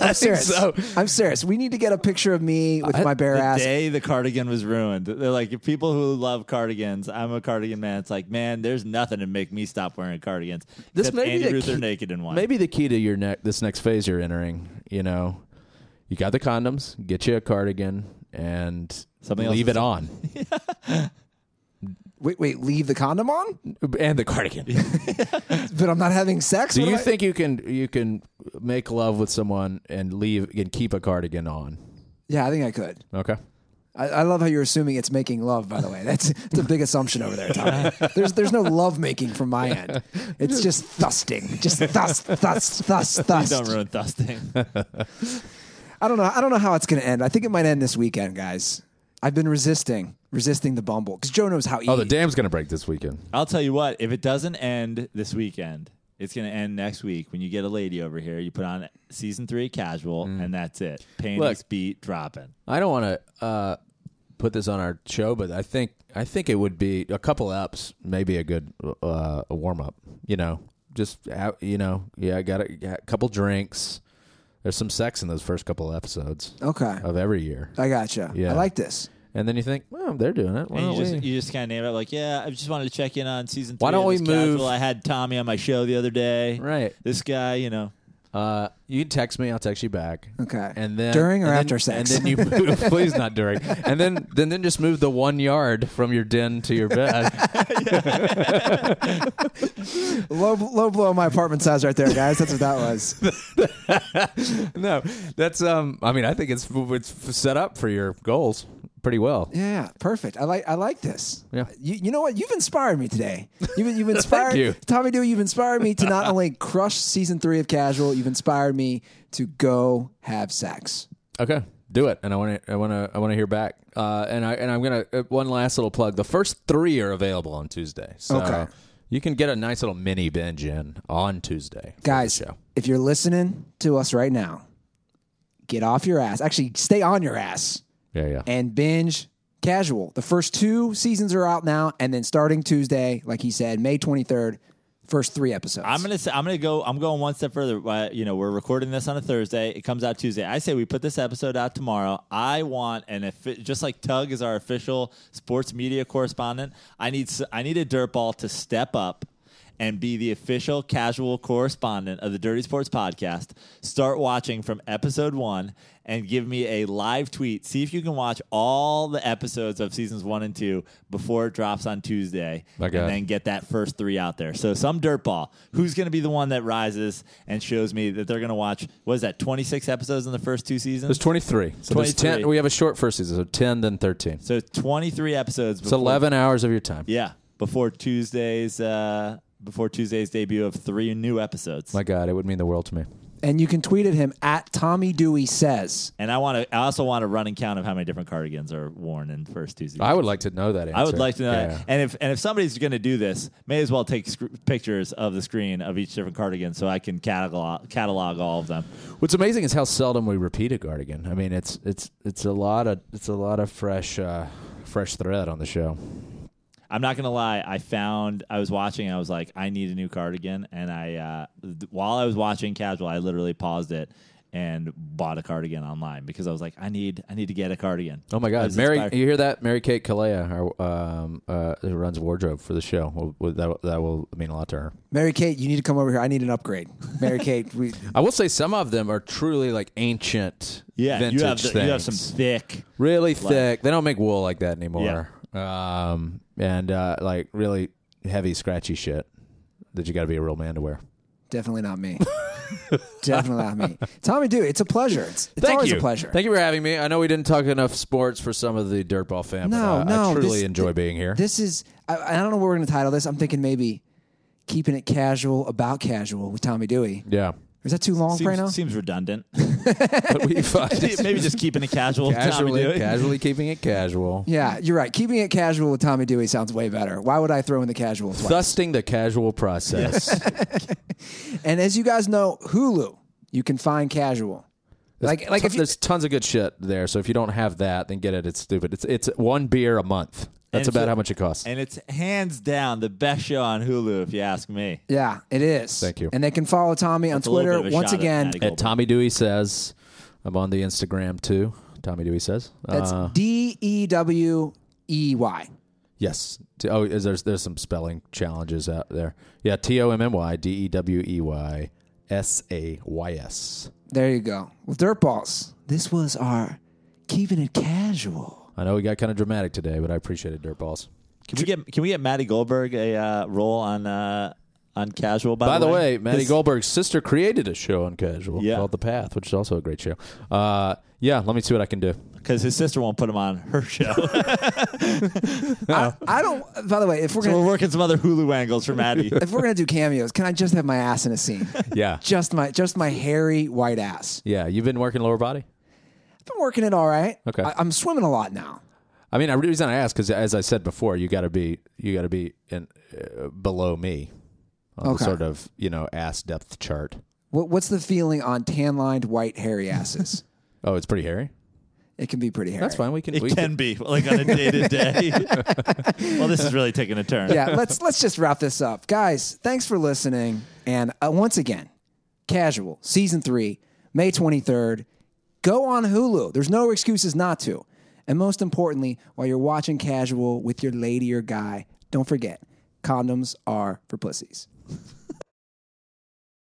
S2: I'm serious.
S4: so. Uh,
S2: I'm serious. We need to get a picture of me with my bare
S3: the
S2: ass.
S3: day the cardigan was ruined. They're like if people who love cardigans. I'm a cardigan man. It's like man, there's nothing to make me stop wearing cardigans.
S4: This
S3: except
S4: may be
S3: Andy
S4: the
S3: Ruther
S4: key-
S3: naked in one.
S4: Maybe the key to your neck this next phase you're entering, you know. You got the condoms, get you a cardigan and
S3: Something else
S4: leave
S3: is-
S4: it on.
S2: Wait, wait, leave the condom on?
S4: and the cardigan.
S2: But I'm not having sex?
S4: Do
S2: What
S4: you
S2: am I-
S4: think you can you can make love with someone and leave and keep a cardigan on?
S2: Yeah, I think I could.
S4: Okay.
S2: I, I love how you're assuming it's making love. By the way, that's, that's a big assumption over there, Tommy. There's there's no love making from my end. It's just thusting, just thust, thust, thust,
S3: Please don't
S2: thust.
S3: ruin Thusting.
S2: I don't know. I don't know how it's going to end. I think it might end this weekend, guys. I've been resisting, resisting the bumble because Joe knows how. E.
S4: Oh, the dam's gonna break this weekend.
S3: I'll tell you what, if it doesn't end this weekend, it's going to end next week when you get a lady over here. You put on season three casual, and that's it. Panties
S4: Mm. Look.
S3: beat dropping.
S4: I don't want to uh, put this on our show, but I think I think it would be a couple ups, maybe a good uh, a warm up. You know, just out, you know, yeah, I got a, got a couple drinks. There's some sex in those first couple episodes
S2: Okay,
S4: of every year,
S2: I gotcha.
S4: Oh. Yeah.
S2: I like this.
S4: and then you think, well, they're doing it. Why
S3: And
S4: don't
S3: you just,
S4: we?
S3: you just kind of name it like, yeah, I just wanted to check in on season three.
S4: Why don't
S3: of
S4: we
S3: this
S4: move-
S3: Casual. I had Tommy on my show the other day.
S4: Right.
S3: This guy, you know.
S4: Uh, you can text me. I'll text you back.
S2: Okay.
S4: And then
S2: During or
S4: and then-
S2: after sex?
S4: And then you move, please not during. And then then then just move the one yard from your den to your bed.
S2: Low low blow, my apartment size right there, guys. That's what that was.
S4: no, that's um. I mean, I think it's it's set up for your goals pretty well.
S2: Yeah, perfect. I like I like this.
S4: Yeah.
S2: You, you know what? You've inspired me today. You've, you've inspired
S4: you.
S2: Tommy Dew. You've inspired me to not only crush season three of Casual. You've inspired me to go have sex.
S4: Okay, do it, and I want to I want to I want to hear back. Uh, and I and I'm gonna uh, one last little plug. The first three are available on Tuesday, so
S2: Okay.
S4: you can get a nice little mini binge in on Tuesday, for the
S2: Guys,
S4: Show.
S2: if you're listening to us right now, get off your ass. Actually, stay on your ass
S4: Yeah, yeah.
S2: and binge Casual. The first two seasons are out now, and then starting Tuesday, like he said, May 23rd, first three episodes.
S3: I'm gonna say, I'm gonna go I'm going one step further. Uh, you know, we're recording this on a Thursday. It comes out Tuesday. I say we put this episode out tomorrow. I want an offi- just like Tug is our official sports media correspondent. I need s- I need a dirtball to step up and be the official casual correspondent of the Dirty Sports podcast. Start watching from episode 1 and give me a live tweet. See if you can watch all the episodes of seasons 1 and 2 before it drops on Tuesday
S4: My
S3: and
S4: God.
S3: then get that first three out there. So some dirtball. Who's going to be the one that rises and shows me that they're going to watch? What is that? Twenty six episodes in the first two seasons.
S4: There's 23. So there's
S3: 23.
S4: 10. We have a short first season, so 10, then 13.
S3: so twenty three episodes.
S4: It's
S3: Before,
S4: 11 hours of your time.
S3: Yeah, before Tuesday's uh, before Tuesday's debut of three new episodes.
S4: My God, it would mean the world to me.
S2: and you can tweet at him at Tommy Dewey says.
S3: and I want to. I also want to run and count of how many different cardigans are worn in first two seasons.
S4: I would like to know that answer.
S3: I would like to know
S4: Yeah.
S3: that. And if and if somebody's going to do this, may as well take sc- pictures of the screen of each different cardigan so I can catalog catalog all of them.
S4: What's amazing is how seldom we repeat a cardigan. I mean, it's it's it's a lot of it's a lot of fresh uh, fresh thread on the show.
S3: I'm not gonna lie. I found I was watching. and I was like, I need a new cardigan, and I uh, th- while I was watching Casual, I literally paused it and bought a cardigan online because I was like, I need I need to get a cardigan.
S4: Oh my
S3: I
S4: God,
S3: was
S4: Mary!
S3: inspired.
S4: You hear that? Mary Kate Kalea, our, um, uh, who runs wardrobe for the show, will, will- that that will mean a lot to her.
S2: Mary Kate, you need to come over here. I need an upgrade. Mary Kate, we
S4: I will say some of them are truly like ancient,
S3: yeah,
S4: vintage
S3: you have the-
S4: things.
S3: you have some thick.
S4: really thick. They don't make wool like that anymore. Um, and uh, like really heavy, scratchy shit that you got to be a real man to wear.
S2: definitely not me. definitely not me. Tommy, dude, it's a pleasure. It's, it's
S4: Thank
S2: always
S4: you.
S2: a pleasure.
S4: Thank you for having me. I know we didn't talk enough sports for some of the dirtball fam.
S2: No,
S4: but, uh,
S2: no,
S4: I truly
S2: this-
S4: enjoy being here.
S2: This is I, I don't know what we're going to title this. I'm thinking maybe keeping it casual about casual with Tommy Dewey.
S4: yeah,
S2: Is that too long
S3: Seems,
S2: right now?
S3: seems redundant.
S4: but we
S3: Maybe just keeping it casual.
S4: casually,
S3: Tommy Dewey.
S4: casually keeping it casual.
S2: yeah, you're right. Keeping it casual with Tommy Dewey sounds way better. Why would I throw in the casual twice?
S4: Thusting the casual process.
S2: and as you guys know, Hulu, you can find casual. Like like
S4: Ton-
S2: if you,
S4: there's tons of good shit there, so if you don't have that, then get it. It's stupid. It's it's one beer a month. That's
S3: And
S4: about
S3: so-
S4: how much it costs.
S3: And it's hands down the best show on Hulu, if you ask me.
S2: yeah, it is.
S4: Thank you.
S2: And they can follow Tommy on
S3: It's a little
S2: Twitter
S3: bit of a
S2: once
S3: shot at
S2: again.
S3: Matty Goldberg.
S4: At Tommy Dewey says, I'm on the Instagram too. Tommy Dewey says,
S2: That's
S4: Uh,
S2: D E W E Y.
S4: yes. T- Oh, is there's there's some spelling challenges out there. Yeah, T O M M Y D E W E Y S A Y S.
S2: There you go. Well, dirt balls. This was our keeping it casual.
S4: I know we got kind of dramatic today, but I appreciate it, Dirtballs.
S3: Can we get can we get Matty Goldberg a uh, role on uh, on Casual? By,
S4: By the way, Maddie
S3: His-
S4: Goldberg's sister created a show on Casual
S3: Yeah.
S4: called The Path, which is also a great show. Uh, yeah, let me see what I can do.
S3: because his sister won't put him on her show.
S2: I, I don't. By the way, if we're
S3: so we're
S2: gonna
S3: working some other Hulu angles for Maddie.
S2: if we're gonna do cameos, can I just have my ass in a scene?
S4: Yeah,
S2: Just my just my hairy white ass.
S4: yeah. You've been working lower body.
S2: I've been working it all right.
S4: Okay.
S2: I, I'm swimming a lot now.
S4: I mean, I- the reason I ask because, as I said before, you got to be you got to be in, uh, below me on
S2: Okay.
S4: the sort of you know ass depth chart.
S2: What, what's the feeling on tan lined white hairy asses?
S4: Oh, it's pretty hairy.
S2: it can be pretty hairy.
S4: That's fine. We can.
S3: It
S4: we
S3: can be like on a day to day. Well, this is really taking a turn.
S2: yeah, let's let's just wrap this up, guys. Thanks for listening, and uh, once again, Casual season three, May twenty third. Go on Hulu. There's no excuses not to. And most importantly, while you're watching Casual with your lady or guy, don't forget condoms are for pussies.